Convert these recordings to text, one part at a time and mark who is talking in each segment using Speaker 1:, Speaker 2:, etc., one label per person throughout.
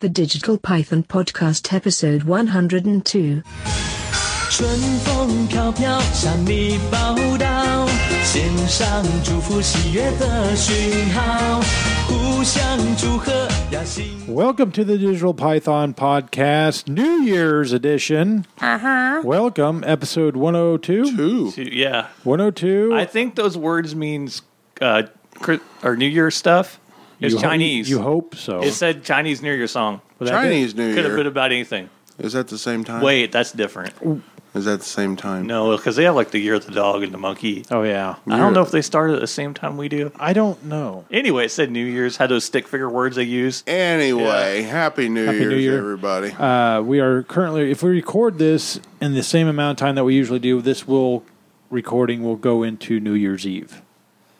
Speaker 1: The Digital Python Podcast, episode 102.
Speaker 2: 春风飘飘，向你报道，献上祝福喜悦的讯号，互相祝贺呀！新
Speaker 3: Welcome to the Digital Python Podcast, New Year's edition. Uh-huh. Welcome, episode 102.
Speaker 4: Two, yeah.
Speaker 3: 102.
Speaker 4: I think those words means uh, Chri- or New Year stuff. It's
Speaker 3: You ho-
Speaker 4: Chinese.
Speaker 3: you hope so.
Speaker 4: It said Chinese New Year song.
Speaker 3: Well, that
Speaker 5: Chinese New
Speaker 4: Could have been
Speaker 5: Year. Uh.
Speaker 4: about anything.
Speaker 5: Is that the same time?
Speaker 4: Wait, that's different.
Speaker 5: Is that the same time?
Speaker 4: No, because they have like the year of the dog and the monkey.
Speaker 3: did- Oh, yeah.
Speaker 4: I don't know if they started at the same time we do.
Speaker 3: I don't know.
Speaker 4: Anyway, it said New Year's had those stick figure words they use.
Speaker 5: Anyway, Happy New
Speaker 3: Happy
Speaker 5: Year's,
Speaker 3: New Year.
Speaker 5: everybody.
Speaker 3: Uh, we are currently, if we record this in the same amount of time that we usually do, this will, recording will go into New Year's Eve.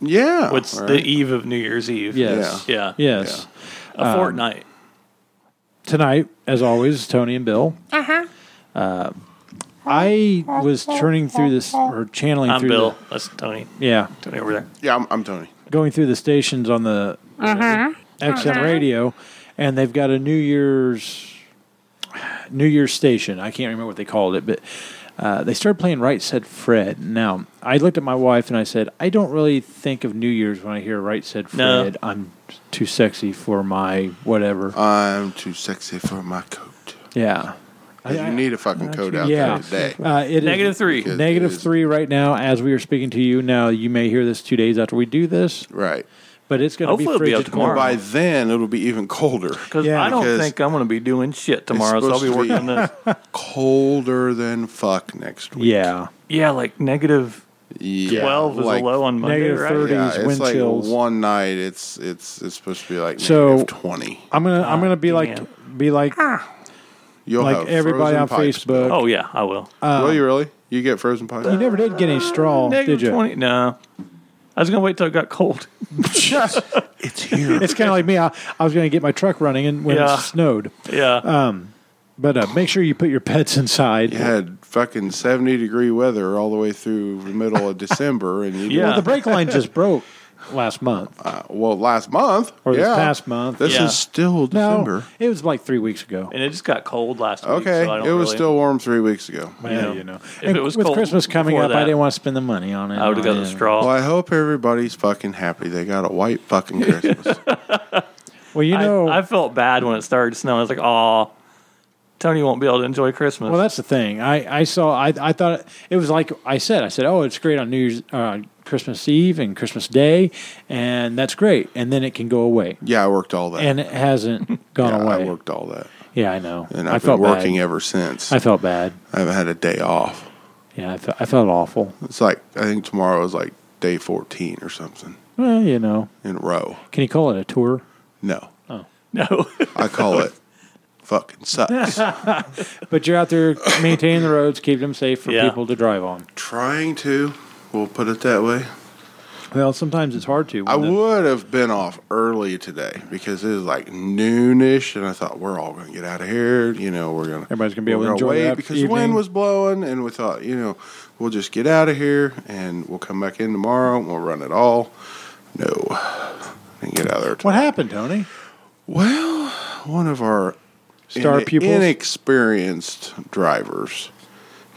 Speaker 5: yeah.
Speaker 4: What's
Speaker 5: all
Speaker 4: the
Speaker 5: Oh, right.
Speaker 4: eve of New Year's Eve?
Speaker 3: Yes.
Speaker 4: Yeah.
Speaker 3: Yes.
Speaker 4: A
Speaker 3: um,
Speaker 4: fortnight.
Speaker 3: tonight, as always, Tony and Bill. Uh-huh. I was turning through this or channeling
Speaker 4: I'm
Speaker 3: through.
Speaker 4: Bill. That's Tony.
Speaker 3: The, yeah,
Speaker 4: Tony over there.
Speaker 5: Yeah, I'm, I'm Tony.
Speaker 3: going through the stations on the
Speaker 4: Uh-huh.
Speaker 3: XM radio, and they've got a New Year's New Year's station. I can't remember what they called it, but uh, they started playing Right Said Fred. Now I looked at my wife and I said, I don't really think of New Year's when I hear Right Said
Speaker 4: No. Uh,
Speaker 3: Fred. I'm too sexy for my whatever.
Speaker 5: I'm too sexy for my coat.
Speaker 3: yeah,
Speaker 5: 'Cause you need a fucking coat out
Speaker 3: yeah.
Speaker 5: there today.
Speaker 3: Uh, it is-
Speaker 4: Negative three.
Speaker 5: Because-
Speaker 3: Negative
Speaker 5: it is-
Speaker 3: three right now as we are speaking to you. Now you may hear this two days after we do this,
Speaker 5: Right.
Speaker 3: but it's going to be
Speaker 4: Hopefully it'll be
Speaker 3: frigid
Speaker 4: out tomorrow.
Speaker 5: By then, it'll be even colder.
Speaker 4: Because
Speaker 3: Yeah,
Speaker 4: I don't
Speaker 5: because
Speaker 4: think I'm going to be doing shit tomorrow, so I'll be
Speaker 5: supposed to
Speaker 4: working
Speaker 5: be-
Speaker 4: on this.
Speaker 5: Colder than fuck next week.
Speaker 3: Yeah.
Speaker 4: Yeah, like negative
Speaker 5: Yeah.
Speaker 4: 12 is
Speaker 5: like,
Speaker 4: a low on Monday,
Speaker 3: Negative
Speaker 4: right?
Speaker 3: 30.
Speaker 5: Yeah,
Speaker 3: These
Speaker 5: it's
Speaker 3: wind
Speaker 5: like
Speaker 3: chills.
Speaker 5: one night. It's it's it's supposed to be like
Speaker 3: So-
Speaker 5: negative twenty.
Speaker 3: I'm gonna
Speaker 4: Ah,
Speaker 3: I'm gonna be like
Speaker 4: man.
Speaker 3: be like
Speaker 5: You'll
Speaker 3: like
Speaker 5: have
Speaker 3: everybody
Speaker 5: frozen
Speaker 3: on
Speaker 5: pipes,
Speaker 3: Facebook. um,
Speaker 4: Oh, yeah, I will.
Speaker 5: Bill. Will you really? You get frozen pipes?
Speaker 3: You never did get any straw,
Speaker 4: Oh, Negative
Speaker 3: Oh, did you?
Speaker 4: 20. No. I was going to wait till it got cold.
Speaker 5: it's here.
Speaker 3: It's kind of like me. I, I was gonna get my truck running and when
Speaker 4: Yeah.
Speaker 3: it snowed.
Speaker 4: Yeah.
Speaker 3: But uh, make sure you put your pets inside.
Speaker 5: You had fucking 70 degree weather all the way through the middle of December. And you,
Speaker 4: Yeah.
Speaker 3: Well, the brake line just broke last month
Speaker 5: uh, well, last month.
Speaker 3: or
Speaker 5: yeah.
Speaker 3: this past month.
Speaker 5: This
Speaker 4: Yeah.
Speaker 5: is still
Speaker 3: no,
Speaker 5: December.
Speaker 3: it was like three weeks ago.
Speaker 4: and it just got cold last week.
Speaker 5: Okay.
Speaker 4: so I
Speaker 5: it
Speaker 4: don't
Speaker 5: was
Speaker 4: really-
Speaker 5: still warm three weeks ago.
Speaker 3: Yeah,
Speaker 4: know,
Speaker 3: you know.
Speaker 4: if
Speaker 3: And
Speaker 4: it was
Speaker 3: with
Speaker 4: cold
Speaker 3: Christmas coming
Speaker 4: before
Speaker 3: up, I
Speaker 4: that,
Speaker 3: didn't want to spend the money on it.
Speaker 4: I would have gotten
Speaker 3: Yeah.
Speaker 4: a straw.
Speaker 5: Well, I hope everybody's fucking happy. They got a white fucking Christmas.
Speaker 3: Well, you
Speaker 4: I,
Speaker 3: know,
Speaker 4: I felt bad when it started snowing. I was like, oh, Tony won't be able to enjoy Christmas.
Speaker 3: Well, that's the thing. I, I saw. I, I thought it was like I said. I said, "Oh, it's great on New Year's, uh, Christmas Eve, and Christmas Day, and that's great." And then it can go away,
Speaker 5: yeah, I worked all that.
Speaker 3: and it hasn't gone
Speaker 5: yeah,
Speaker 3: away.
Speaker 5: I worked all that.
Speaker 3: Yeah, I know.
Speaker 5: And
Speaker 3: I
Speaker 5: I've
Speaker 3: felt
Speaker 5: been working
Speaker 3: Bad.
Speaker 5: ever since.
Speaker 3: I felt bad.
Speaker 5: I haven't had a day off.
Speaker 3: Yeah, I felt, I felt awful.
Speaker 5: It's like, I think tomorrow is like day 14 or something
Speaker 3: Well, you know,
Speaker 5: in a row.
Speaker 3: can you call it a tour?
Speaker 5: No.
Speaker 4: no.
Speaker 5: I call it fucking sucks.
Speaker 3: But you're out there maintaining the roads, keeping them safe for
Speaker 4: Yeah.
Speaker 3: people to drive on.
Speaker 5: Trying to. We'll put it that way.
Speaker 3: Well, sometimes it's hard to.
Speaker 5: I
Speaker 3: when the-
Speaker 5: would have been off early today because it was like noonish, and I thought we're all going to get out of here. You know, we're going to
Speaker 3: Everybody's gonna be able to enjoy the
Speaker 5: because the wind
Speaker 3: evening.
Speaker 5: was blowing, and we thought, you know, we'll just get out of here and we'll come back in tomorrow and we'll run it all. No, and get out of there.
Speaker 3: What happened, Tony?
Speaker 5: Well, one of our
Speaker 3: Star
Speaker 5: ine-
Speaker 3: pupils?
Speaker 5: inexperienced drivers,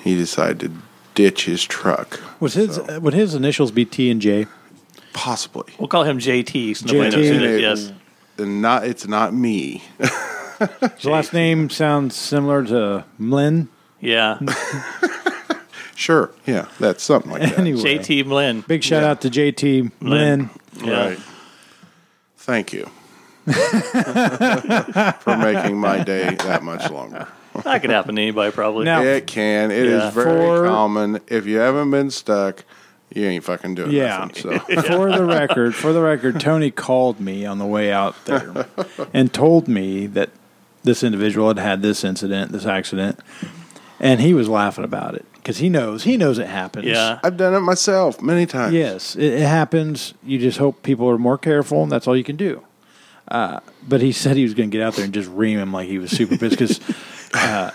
Speaker 5: he decided to ditch his truck,
Speaker 3: Was his
Speaker 5: So,
Speaker 3: would his initials be T and J?
Speaker 5: possibly.
Speaker 4: We'll call him JT. So
Speaker 3: JT.
Speaker 4: nobody knows who
Speaker 5: And
Speaker 4: that-
Speaker 5: it-
Speaker 4: yes.
Speaker 5: and not it's not me.
Speaker 3: His last name sounds similar to Mlin.
Speaker 4: Yeah.
Speaker 5: Sure. Yeah, that's something like that.
Speaker 3: Anyway,
Speaker 4: JT Blinn.
Speaker 3: Big shout out to JT Lynn.
Speaker 4: Lynn. Yeah.
Speaker 5: Right. Thank you for making my day that much longer.
Speaker 4: That could happen to anybody, probably.
Speaker 3: Now-
Speaker 5: It can. It is
Speaker 4: Yeah.
Speaker 5: very
Speaker 3: For-
Speaker 5: common. If you haven't been stuck, you ain't fucking doing
Speaker 3: Yeah.
Speaker 5: nothing. So
Speaker 3: For the record, for the record, Tony called me on the way out there and told me that this individual had had this incident, this accident, and he was laughing about it because he knows he knows it happens.
Speaker 4: yeah.
Speaker 5: I've done it myself many times.
Speaker 3: Yes, it, it happens. You just hope people are more careful, and that's all you can do. Uh, but he said he was going to get out there and just ream him like he was super pissed. 'cause, uh,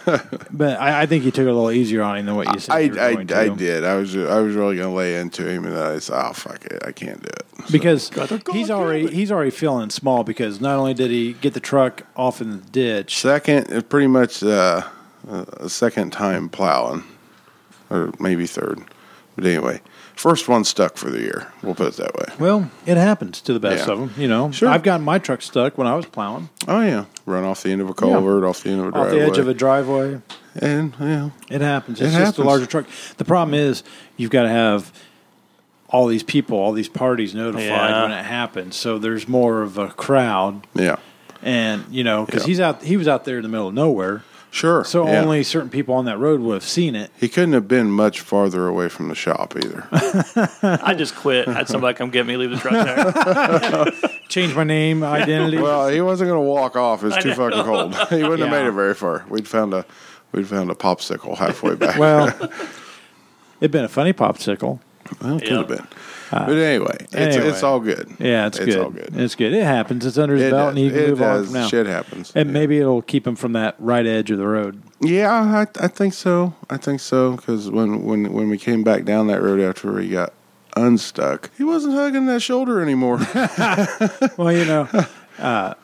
Speaker 3: but I, I think you took it a little easier on him than what you said.
Speaker 5: I,
Speaker 3: you were
Speaker 5: I,
Speaker 3: going
Speaker 5: I
Speaker 3: to.
Speaker 5: did. I was I was really gonna lay into him, and then I said, "Oh fuck it, I can't do it."
Speaker 3: because
Speaker 4: Gotta go
Speaker 3: he's
Speaker 4: kill
Speaker 3: already
Speaker 4: it.
Speaker 3: he's already feeling small because not only did he get the truck off in the ditch,
Speaker 5: Second, uh, pretty much uh, a second time plowing, or maybe third. But anyway, first one stuck for the year. We'll put it that way.
Speaker 3: well, it happens to the best
Speaker 5: Yeah.
Speaker 3: of them. You know,
Speaker 5: Sure.
Speaker 3: I've gotten my truck stuck when I was plowing
Speaker 5: Oh yeah, run off the end of a culvert, off the end of a
Speaker 3: off
Speaker 5: driveway,
Speaker 3: the edge of a driveway.
Speaker 5: and yeah,
Speaker 3: It happens.
Speaker 5: It
Speaker 3: It's just a
Speaker 5: happens.
Speaker 3: larger truck. The problem is you've got to have all these people, all these parties notified
Speaker 4: Yeah.
Speaker 3: when it happens. So there's more of a crowd,
Speaker 5: yeah,
Speaker 3: and you know, because
Speaker 5: Yeah.
Speaker 3: he's out, he was out there in the middle of nowhere.
Speaker 5: sure.
Speaker 3: So
Speaker 5: yeah.
Speaker 3: only certain people on that road would have seen it.
Speaker 5: he couldn't have been much farther away from the shop either.
Speaker 4: I just quit. Had somebody come get me, leave the truck there.
Speaker 3: Change my name, identity.
Speaker 5: well, he wasn't going to walk off. It's too fucking cold. he wouldn't have
Speaker 3: Yeah.
Speaker 5: made it very far. We'd found a we'd found a popsicle halfway back.
Speaker 3: Well, it'd been a funny popsicle.
Speaker 5: Well, could
Speaker 4: Yeah.
Speaker 5: have been. But anyway, it's,
Speaker 3: Uh, anyway.
Speaker 5: it's all good.
Speaker 3: Yeah, it's, good.
Speaker 5: all good.
Speaker 3: It's good. It happens. It's under his
Speaker 5: It
Speaker 3: belt,
Speaker 5: does.
Speaker 3: and he can
Speaker 5: It
Speaker 3: move on
Speaker 5: does.
Speaker 3: from now.
Speaker 5: Shit happens.
Speaker 3: And maybe it'll keep him from that right edge of the road.
Speaker 5: Yeah, I, I think so. I think so because when, when when we came back down that road after we got unstuck, he wasn't hugging that shoulder anymore.
Speaker 3: Well, you know, uh,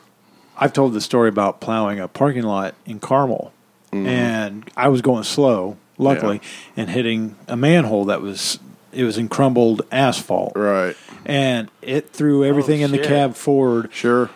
Speaker 3: I've told the story about plowing a parking lot in Carmel,
Speaker 5: Mm-hmm.
Speaker 3: and I was going slow, luckily, and hitting a manhole that was it was in crumbled asphalt,
Speaker 5: right. Oh,
Speaker 3: and it threw everything in the
Speaker 4: shit.
Speaker 3: cab forward.
Speaker 5: Sure.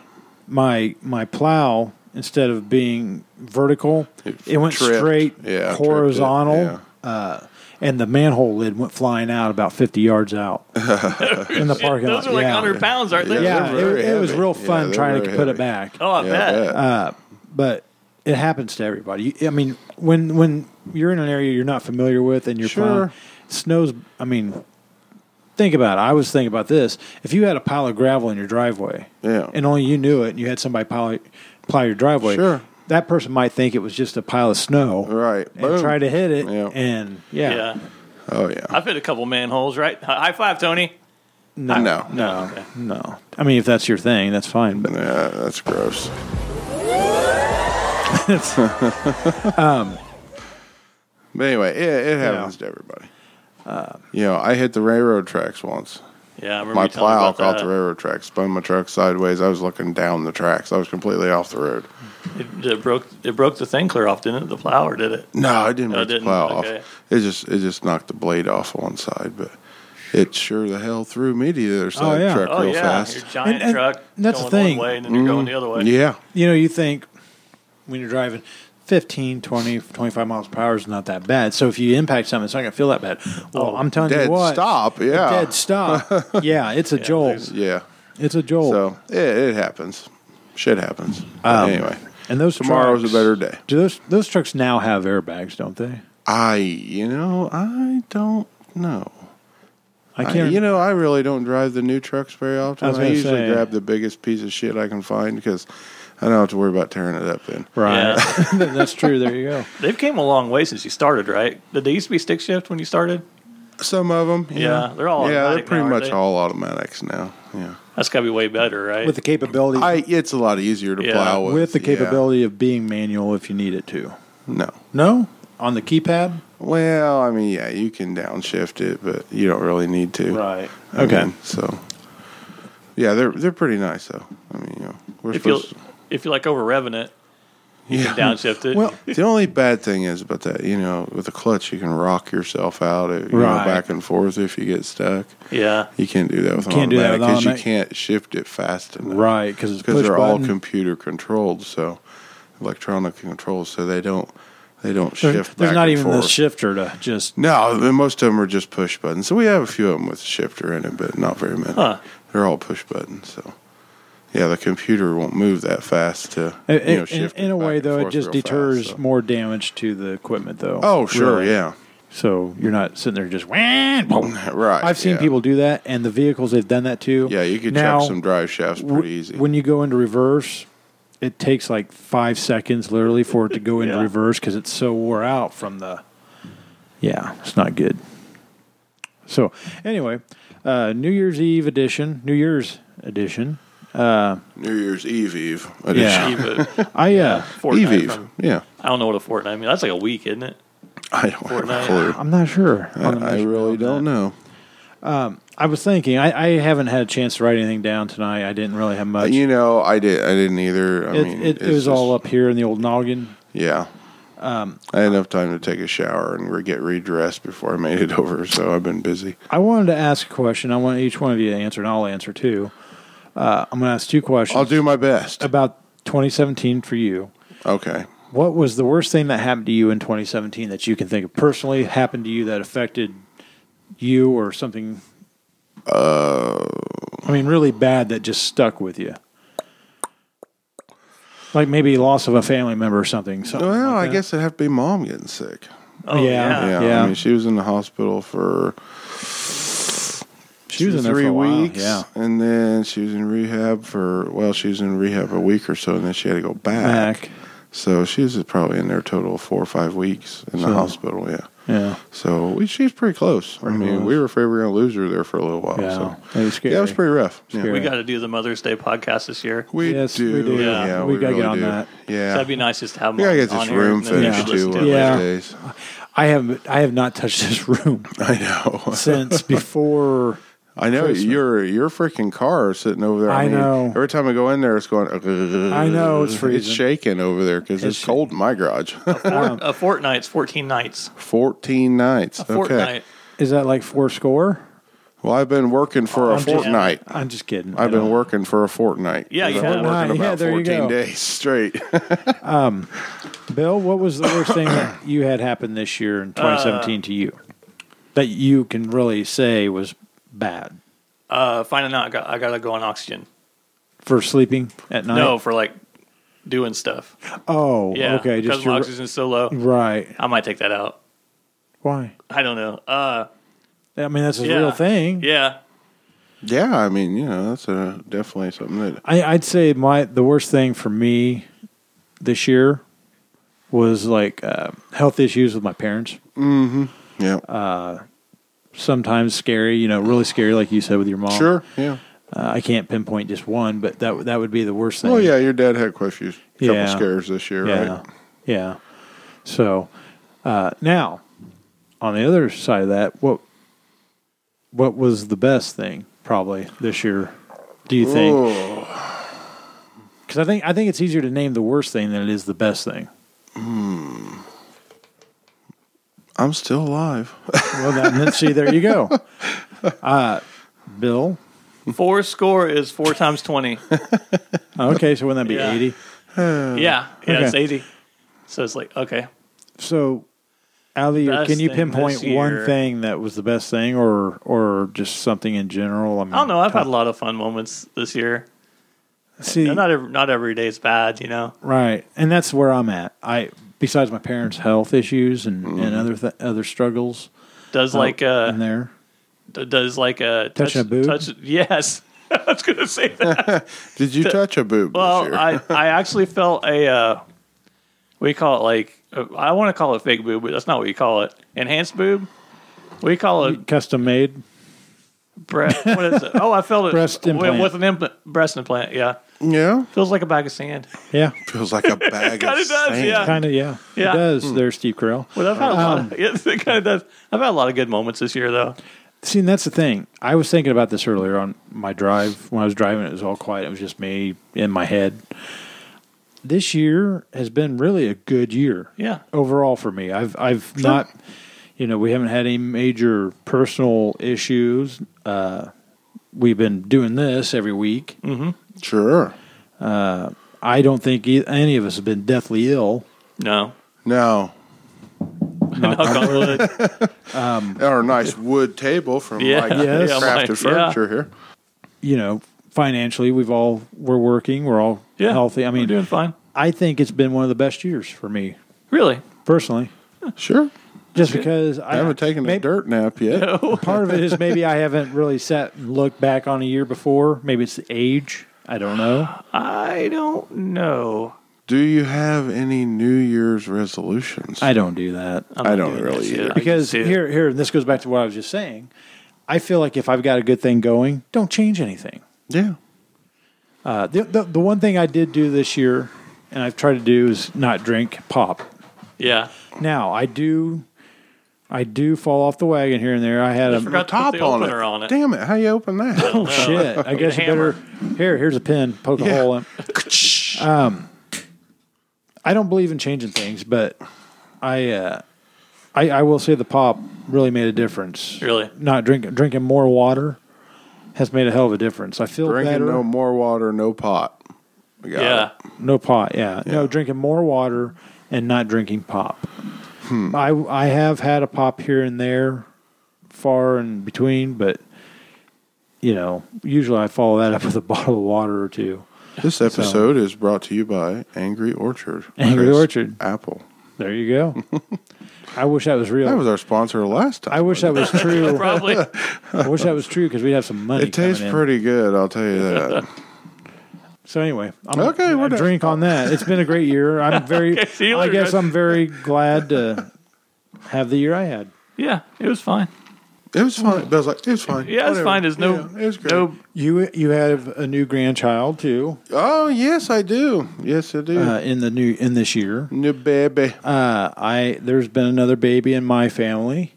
Speaker 3: my my plow instead of being vertical, it,
Speaker 5: It
Speaker 3: went
Speaker 5: tripped.
Speaker 3: straight
Speaker 5: Yeah, tripped it.
Speaker 3: horizontal,
Speaker 5: Yeah.
Speaker 3: uh, and the manhole lid went flying out about fifty yards out in the parking lot.
Speaker 4: Those are like
Speaker 3: yeah,
Speaker 4: 100 pounds, aren't they?
Speaker 3: yeah,
Speaker 5: They're very
Speaker 3: it, it was
Speaker 5: heavy.
Speaker 3: real
Speaker 5: Yeah,
Speaker 3: fun
Speaker 5: they're
Speaker 3: trying to
Speaker 5: very
Speaker 3: put it
Speaker 5: heavy.
Speaker 3: back,
Speaker 4: Oh, I bet.
Speaker 5: Yeah,
Speaker 3: Uh,
Speaker 5: yeah.
Speaker 3: but it happens to everybody. You- I mean, when when you're in an area you're not familiar with and you're
Speaker 5: Sure.
Speaker 3: plowing, snows. I mean. Think about it. I was thinking about this. If you had a pile of gravel in your driveway,
Speaker 5: Yeah.
Speaker 3: and only you knew it, and you had somebody plow, plow your driveway,
Speaker 5: Sure.
Speaker 3: that person might think it was just a pile of snow,
Speaker 5: Right.
Speaker 3: And
Speaker 5: Boom.
Speaker 3: try to hit it,
Speaker 5: Yeah.
Speaker 3: and yeah,
Speaker 4: Yeah.
Speaker 5: oh yeah.
Speaker 4: I've hit a couple manholes, right? High five, Tony.
Speaker 3: no,
Speaker 5: No.
Speaker 3: no, no. I mean, if that's your thing, that's fine. But
Speaker 5: yeah, that's gross. But anyway, it, it happens to everybody. you know, I hit the railroad tracks once.
Speaker 4: Yeah, I remember
Speaker 5: My
Speaker 4: you telling me
Speaker 5: plow
Speaker 4: about
Speaker 5: caught
Speaker 4: that.
Speaker 5: the railroad tracks, spun my truck sideways. I was looking down the tracks. I was completely off the road.
Speaker 4: It, it broke. It broke the thing clear off, didn't it? The plow, or did it?
Speaker 5: No, I didn't
Speaker 4: No, it
Speaker 5: break the
Speaker 4: didn't.
Speaker 5: plow
Speaker 4: Okay.
Speaker 5: off. It just it just knocked the blade off on one side, but it sure the hell threw me to the other side of
Speaker 3: yeah.
Speaker 5: the truck
Speaker 4: Oh
Speaker 5: real
Speaker 4: yeah,
Speaker 5: fast. Mm-hmm.
Speaker 4: your giant
Speaker 3: And- and
Speaker 4: truck.
Speaker 3: that's the
Speaker 4: going
Speaker 3: thing.
Speaker 4: One way, and then you're going the other way.
Speaker 5: Yeah.
Speaker 3: you know, you think when you're driving 15, 20, 25 miles per hour is not that bad. So if you impact something, it's not going to feel that bad. Well, I'm telling
Speaker 5: Oh, Dead
Speaker 3: you what,
Speaker 5: stop. Yeah.
Speaker 3: dead stop. yeah, it's a jolt.
Speaker 4: there's-
Speaker 5: Yeah.
Speaker 3: It's a jolt.
Speaker 5: So it, it happens. Shit happens.
Speaker 3: Um,
Speaker 5: anyway,
Speaker 3: and those
Speaker 5: tomorrow's
Speaker 3: trucks,
Speaker 5: a better day.
Speaker 3: Do those those trucks now have airbags? Don't they?
Speaker 5: I, you know, I don't know.
Speaker 3: I
Speaker 5: I-
Speaker 3: can't.
Speaker 5: you know, I really don't drive the new trucks very often.
Speaker 3: I was
Speaker 5: I,
Speaker 3: gonna
Speaker 5: usually
Speaker 3: say.
Speaker 5: grab the biggest piece of shit I can find because I don't have to worry about tearing it up then.
Speaker 3: right?
Speaker 4: Yeah.
Speaker 3: That's true. There you go.
Speaker 4: They've came a long way since you started, right? Did they used to be stick shift when you started?
Speaker 5: Some of them.
Speaker 4: Yeah, they're all
Speaker 5: Yeah, they're
Speaker 4: automatic
Speaker 5: pretty
Speaker 4: now, aren't
Speaker 5: much
Speaker 4: they?
Speaker 5: all automatics now. Yeah.
Speaker 4: That's got to be way better, right?
Speaker 3: With the capability,
Speaker 5: I, it's a lot easier to
Speaker 4: Yeah.
Speaker 5: plow with.
Speaker 3: with the
Speaker 5: yeah.
Speaker 3: capability of being manual if you need it to.
Speaker 5: No.
Speaker 3: No, on the keypad.
Speaker 5: Well, I mean, yeah, you can downshift it, but you don't really need to.
Speaker 3: Right.
Speaker 5: I
Speaker 3: Okay.
Speaker 5: mean, so, yeah, they're they're pretty nice though. I mean, you know, we're
Speaker 4: if you
Speaker 5: supposed. to-
Speaker 4: if you like over revving it,
Speaker 5: yeah.
Speaker 4: downshift it.
Speaker 3: Well,
Speaker 5: the only bad thing is about that, you know, with a clutch, you can rock yourself out, uh, you
Speaker 3: Right.
Speaker 5: know, back and forth if you get stuck.
Speaker 4: yeah,
Speaker 5: You can't do that with an
Speaker 3: can't do that
Speaker 5: automatic
Speaker 3: with
Speaker 5: because you
Speaker 3: automatic.
Speaker 5: can't shift it fast enough.
Speaker 3: right, because it's
Speaker 5: because
Speaker 3: push
Speaker 5: they're all
Speaker 3: button.
Speaker 5: computer controlled, so electronic controls, so they don't they don't
Speaker 3: There-
Speaker 5: shift.
Speaker 3: there's
Speaker 5: back
Speaker 3: not
Speaker 5: and
Speaker 3: even
Speaker 5: forth.
Speaker 3: the shifter to just.
Speaker 5: No, and most of them are just push buttons. So we have a few of them with shifter in it, but not very many.
Speaker 4: Huh.
Speaker 5: They're all push buttons. So yeah, the computer won't move that fast to
Speaker 3: It-
Speaker 5: you know
Speaker 3: it-
Speaker 5: shift.
Speaker 3: in, in
Speaker 5: it
Speaker 3: a
Speaker 5: back
Speaker 3: way,
Speaker 5: and
Speaker 3: though, it
Speaker 5: forth
Speaker 3: just
Speaker 5: real fast,
Speaker 3: deters
Speaker 5: so.
Speaker 3: more damage to the equipment, though.
Speaker 5: Oh sure,
Speaker 3: really.
Speaker 5: yeah,
Speaker 3: So you're not sitting there just. Right. I've seen
Speaker 5: yeah.
Speaker 3: people do that, and the vehicles they've done that to.
Speaker 5: yeah. You could
Speaker 3: now,
Speaker 5: check some drive shafts
Speaker 3: w-
Speaker 5: pretty easy.
Speaker 3: When you go into reverse, it takes like five seconds literally for it to go into
Speaker 4: Yeah.
Speaker 3: reverse because it's so wore out from the. Yeah, it's not good. So anyway, uh, New Year's Eve edition, New Year's edition.
Speaker 5: New Year's Eve Eve.
Speaker 3: Yeah.
Speaker 5: edition.
Speaker 4: Eve, uh,
Speaker 3: I uh,
Speaker 4: Fortnite
Speaker 5: Eve Eve.
Speaker 4: from-
Speaker 5: Yeah,
Speaker 4: I don't know what a Fortnite. I mean, that's like a week, isn't it?
Speaker 5: I don't have
Speaker 4: Fortnite.
Speaker 5: a clue.
Speaker 3: I'm not sure.
Speaker 5: I, I really don't know.
Speaker 3: I was thinking, I, I haven't had a chance to write anything down tonight. I didn't really have much.
Speaker 5: Uh, You know, I did. I didn't either. I
Speaker 3: it,
Speaker 5: mean,
Speaker 3: it, it
Speaker 5: it's
Speaker 3: was all
Speaker 5: just-
Speaker 3: up Um, here in the old noggin.
Speaker 5: Yeah. I had enough time to take a shower and re- get redressed before I made it over, so I've been busy.
Speaker 3: I wanted to ask a question. I want each one of you to answer, and I'll answer too. Uh, I'm going to ask two questions
Speaker 5: I'll do my best.
Speaker 3: about 2017 for you.
Speaker 5: Okay.
Speaker 3: What was the worst thing that happened to you in 2017 that you can think of personally happened to you that affected you or something? Uh, I mean, really bad that just stuck with you. Like maybe loss of a family member or something. something
Speaker 5: Well,
Speaker 3: like
Speaker 5: I
Speaker 3: that.
Speaker 5: guess it'd have to be mom getting sick.
Speaker 3: Yeah.
Speaker 4: Oh, yeah.
Speaker 5: Yeah,
Speaker 3: Uh, Yeah.
Speaker 5: I mean, she was in the hospital for
Speaker 3: she was in there
Speaker 5: three
Speaker 3: for a while.
Speaker 5: weeks,
Speaker 3: Yeah.
Speaker 5: and then she was in rehab for well, she was in rehab a week or so, and then she had to go back.
Speaker 3: Back.
Speaker 5: So she was probably in there total four or five weeks in the
Speaker 3: So-
Speaker 5: hospital. Yeah.
Speaker 3: Yeah.
Speaker 5: So we, she's pretty close. I mean,
Speaker 3: close.
Speaker 5: we were afraid we were going to lose her there for a little while.
Speaker 3: Yeah.
Speaker 5: So
Speaker 3: It was
Speaker 5: Yeah, it was
Speaker 3: scary.
Speaker 5: pretty rough. Yeah.
Speaker 3: Scary.
Speaker 4: We got to do the Mother's Day podcast this year.
Speaker 5: We
Speaker 3: Yes,
Speaker 5: do.
Speaker 3: we do.
Speaker 5: Yeah,
Speaker 4: Yeah,
Speaker 3: we gotta get on
Speaker 5: do.
Speaker 3: that.
Speaker 5: Yeah.
Speaker 4: So that'd be nice just to have them
Speaker 5: we got
Speaker 4: on,
Speaker 5: to get
Speaker 4: on
Speaker 5: this
Speaker 4: here
Speaker 5: room
Speaker 4: and then you
Speaker 5: finished
Speaker 4: could
Speaker 3: Yeah.
Speaker 5: too
Speaker 4: listen to
Speaker 5: one of
Speaker 4: it
Speaker 5: these
Speaker 4: later.
Speaker 3: Yeah.
Speaker 5: days.
Speaker 3: I have I have not touched this room
Speaker 5: I know.
Speaker 3: since before.
Speaker 5: I know
Speaker 3: Christmas.
Speaker 5: your your freaking car is sitting over there.
Speaker 3: I know.
Speaker 5: Every time I go in there, it's going. I
Speaker 3: know, it's freezing.
Speaker 5: It's shaking over there because
Speaker 3: It's
Speaker 5: it's, cold in my garage.
Speaker 3: Um,
Speaker 4: A fortnight's 14 Uh, nights.
Speaker 5: Fourteen nights.
Speaker 4: A
Speaker 5: okay.
Speaker 4: fortnight.
Speaker 3: is that like four score?
Speaker 5: Well, I've been working for a
Speaker 3: I'm just-
Speaker 5: fortnight.
Speaker 3: I'm just kidding.
Speaker 5: I've
Speaker 3: I
Speaker 5: been
Speaker 3: don't-
Speaker 5: working for a fortnight.
Speaker 4: Yeah,
Speaker 5: 'Cause
Speaker 4: you
Speaker 5: I've
Speaker 4: have.
Speaker 5: been working
Speaker 3: Fortnight.
Speaker 5: about
Speaker 3: Ah, Yeah, there you
Speaker 5: fourteen
Speaker 3: go.
Speaker 5: days straight.
Speaker 3: Bill, what was the worst thing that you had happen this year in 2017 to you that you can really say was bad
Speaker 4: Uh, finding out I got, I got to go on oxygen.
Speaker 3: for sleeping at night?
Speaker 4: No, for like doing stuff.
Speaker 3: Oh,
Speaker 4: Yeah.
Speaker 3: okay.
Speaker 4: Because
Speaker 3: Just
Speaker 4: my
Speaker 3: your,
Speaker 4: oxygen's so low.
Speaker 3: right.
Speaker 4: I might take that out.
Speaker 3: Why?
Speaker 4: I don't know. Uh,
Speaker 3: I mean, that's a
Speaker 4: yeah.
Speaker 3: real thing.
Speaker 4: Yeah.
Speaker 5: yeah, I mean, you know, that's a, definitely something that
Speaker 3: I, I'd say my the worst thing for me this year was like uh, health issues with my parents.
Speaker 5: Yeah.
Speaker 4: Um,
Speaker 3: Sometimes scary, you know, really scary, like you said with your mom.
Speaker 5: sure. Yeah.
Speaker 3: Uh, I can't pinpoint just one, but that that would be the worst thing.
Speaker 5: Well, Oh, yeah, your dad had quite a few couple
Speaker 3: Yeah.
Speaker 5: scares this year,
Speaker 3: yeah,
Speaker 5: right?
Speaker 3: yeah. So uh, now, on the other side of that, what what was the best thing probably this year? Do you think?
Speaker 5: Oh,
Speaker 3: Because I think I think it's easier to name the worst thing than it is the best thing.
Speaker 5: I'm still alive.
Speaker 3: Well, then, see, there you go. Uh, Bill.
Speaker 4: Four score is four times 20.
Speaker 5: Uh,
Speaker 3: Okay, so wouldn't that be
Speaker 4: Yeah.
Speaker 3: eighty?
Speaker 4: yeah. Yeah. It's
Speaker 3: Okay.
Speaker 4: 80. So it's like, okay.
Speaker 3: So, Ali,
Speaker 4: Best
Speaker 3: can you
Speaker 4: thing this
Speaker 3: pinpoint one
Speaker 4: year.
Speaker 3: thing that was the best thing, or or just something in general? I, mean,
Speaker 4: I don't know. I've had a lot of fun moments this year.
Speaker 3: See,
Speaker 4: And Not every, not every day is bad, you know.
Speaker 3: Right, and that's where I'm at. I besides my parents' health issues and, and other th- other struggles
Speaker 4: Does
Speaker 3: Oh,
Speaker 4: like uh
Speaker 3: in there.
Speaker 4: d- does like a
Speaker 3: Touching a boob?
Speaker 4: yes. I was gonna say that.
Speaker 5: Did you touch a boob this
Speaker 4: well,
Speaker 5: year?
Speaker 4: I I actually felt a uh, we call it like uh, I want to call it fake boob, but that's not what you call it. Enhanced boob. We call it
Speaker 3: Custom made.
Speaker 4: bre- what is it? Oh, I felt it
Speaker 3: Breast
Speaker 4: wi-
Speaker 3: implant.
Speaker 4: with an implant, breast implant. Yeah,
Speaker 5: yeah.
Speaker 4: feels like a bag of sand.
Speaker 3: Yeah,
Speaker 5: Feels like a bag
Speaker 4: Kinda does,
Speaker 5: of sand.
Speaker 4: yeah.
Speaker 3: kind of. Yeah,
Speaker 4: Yeah.
Speaker 3: it does. There, Steve Carell.
Speaker 4: But I've had a lot. Of, yes, it kind of does. I've had a lot of good moments this year, though.
Speaker 3: See, and that's the thing. I was thinking about this earlier on my drive. When I was driving, it was all quiet. It was just me in my head. This year has been really a good year.
Speaker 4: Yeah.
Speaker 3: Overall for me. I've I've not you know, we haven't had any major personal issues. Uh we've been doing this every week.
Speaker 4: Mm.
Speaker 5: Sure.
Speaker 3: I don't think e- any of us have been deathly ill.
Speaker 4: No,
Speaker 5: No.
Speaker 4: knock on wood.
Speaker 5: Our nice wood table from
Speaker 4: Yeah.
Speaker 5: Mike
Speaker 3: Yes.
Speaker 5: Crafted
Speaker 4: Yeah, Mike, yeah.
Speaker 5: Furniture here.
Speaker 3: You know, financially we've all we're working, we're all
Speaker 4: Yeah,
Speaker 3: healthy. I
Speaker 4: we're
Speaker 3: mean,
Speaker 4: doing fine.
Speaker 3: I think it's been one of the best years for me
Speaker 4: Really?
Speaker 3: personally.
Speaker 5: Sure.
Speaker 3: Just because
Speaker 5: I haven't taken a
Speaker 3: maybe-
Speaker 5: dirt nap yet.
Speaker 3: Part of it is maybe I haven't really sat and looked back on a year before. Maybe it's the age. I don't know.
Speaker 4: I don't know.
Speaker 5: Do you have any New Year's resolutions?
Speaker 3: I don't do that
Speaker 5: I don't
Speaker 4: doing
Speaker 5: really
Speaker 4: that shit.
Speaker 5: either.
Speaker 4: I can
Speaker 3: because
Speaker 4: see it.
Speaker 3: here, here, and this goes back to what I was just saying. I feel like if I've got a good thing going, don't change anything.
Speaker 5: yeah.
Speaker 3: Uh, the, the the one thing I did do this year, and I've tried to do is not drink pop.
Speaker 4: Yeah.
Speaker 3: Now I do I do fall off the wagon here and there. I had a
Speaker 4: forgot to put
Speaker 5: Top
Speaker 4: the
Speaker 5: on it.
Speaker 4: opener on it.
Speaker 5: Damn it! How you open that?
Speaker 3: oh shit. I guess you better here. Here's a pin. Poke a
Speaker 5: Yeah.
Speaker 3: hole in. Um, I don't believe in changing things, but I, uh, I, I will say the pop really made a difference.
Speaker 4: Really?
Speaker 3: not drinking drinking more water has made a hell of a difference. I feel better.
Speaker 5: Drinking no
Speaker 3: No,
Speaker 5: more water, no pot. We got
Speaker 4: Yeah.
Speaker 5: it.
Speaker 3: pot. Yeah. no drinking more water and not drinking pop.
Speaker 5: Hmm.
Speaker 3: I I have had a pop here and there, far and between, but you know, usually I follow that up with a bottle of water or two.
Speaker 5: This episode is brought to you by Angry Orchard.
Speaker 3: Angry
Speaker 5: Crisp
Speaker 3: Orchard.
Speaker 5: Apple.
Speaker 3: There you go. I wish that was real.
Speaker 5: That was our sponsor last time.
Speaker 3: I wish that was true.
Speaker 4: Probably.
Speaker 3: I wish that was true because we'd have some money.
Speaker 5: It tastes
Speaker 3: coming in.
Speaker 5: pretty good, I'll tell you that.
Speaker 3: So anyway, I'm
Speaker 5: Okay,
Speaker 3: okay.
Speaker 5: we're
Speaker 3: We're
Speaker 5: done.
Speaker 3: drink on that. It's been a great year. I'm very.
Speaker 4: Okay, see you
Speaker 3: I
Speaker 4: later,
Speaker 3: guess
Speaker 4: guys.
Speaker 3: I'm very glad to have the year I had.
Speaker 4: yeah, it was fine.
Speaker 5: it was fine. Bill's like, it was fine.
Speaker 4: Yeah, it's
Speaker 5: Whatever.
Speaker 4: fine. There's no,
Speaker 5: Yeah, it was great.
Speaker 4: no
Speaker 3: You you have a new grandchild too
Speaker 5: Oh yes, I do. Yes, I do.
Speaker 3: uh, in the new in this year.
Speaker 5: New baby.
Speaker 3: Uh, I there's been another baby in my family.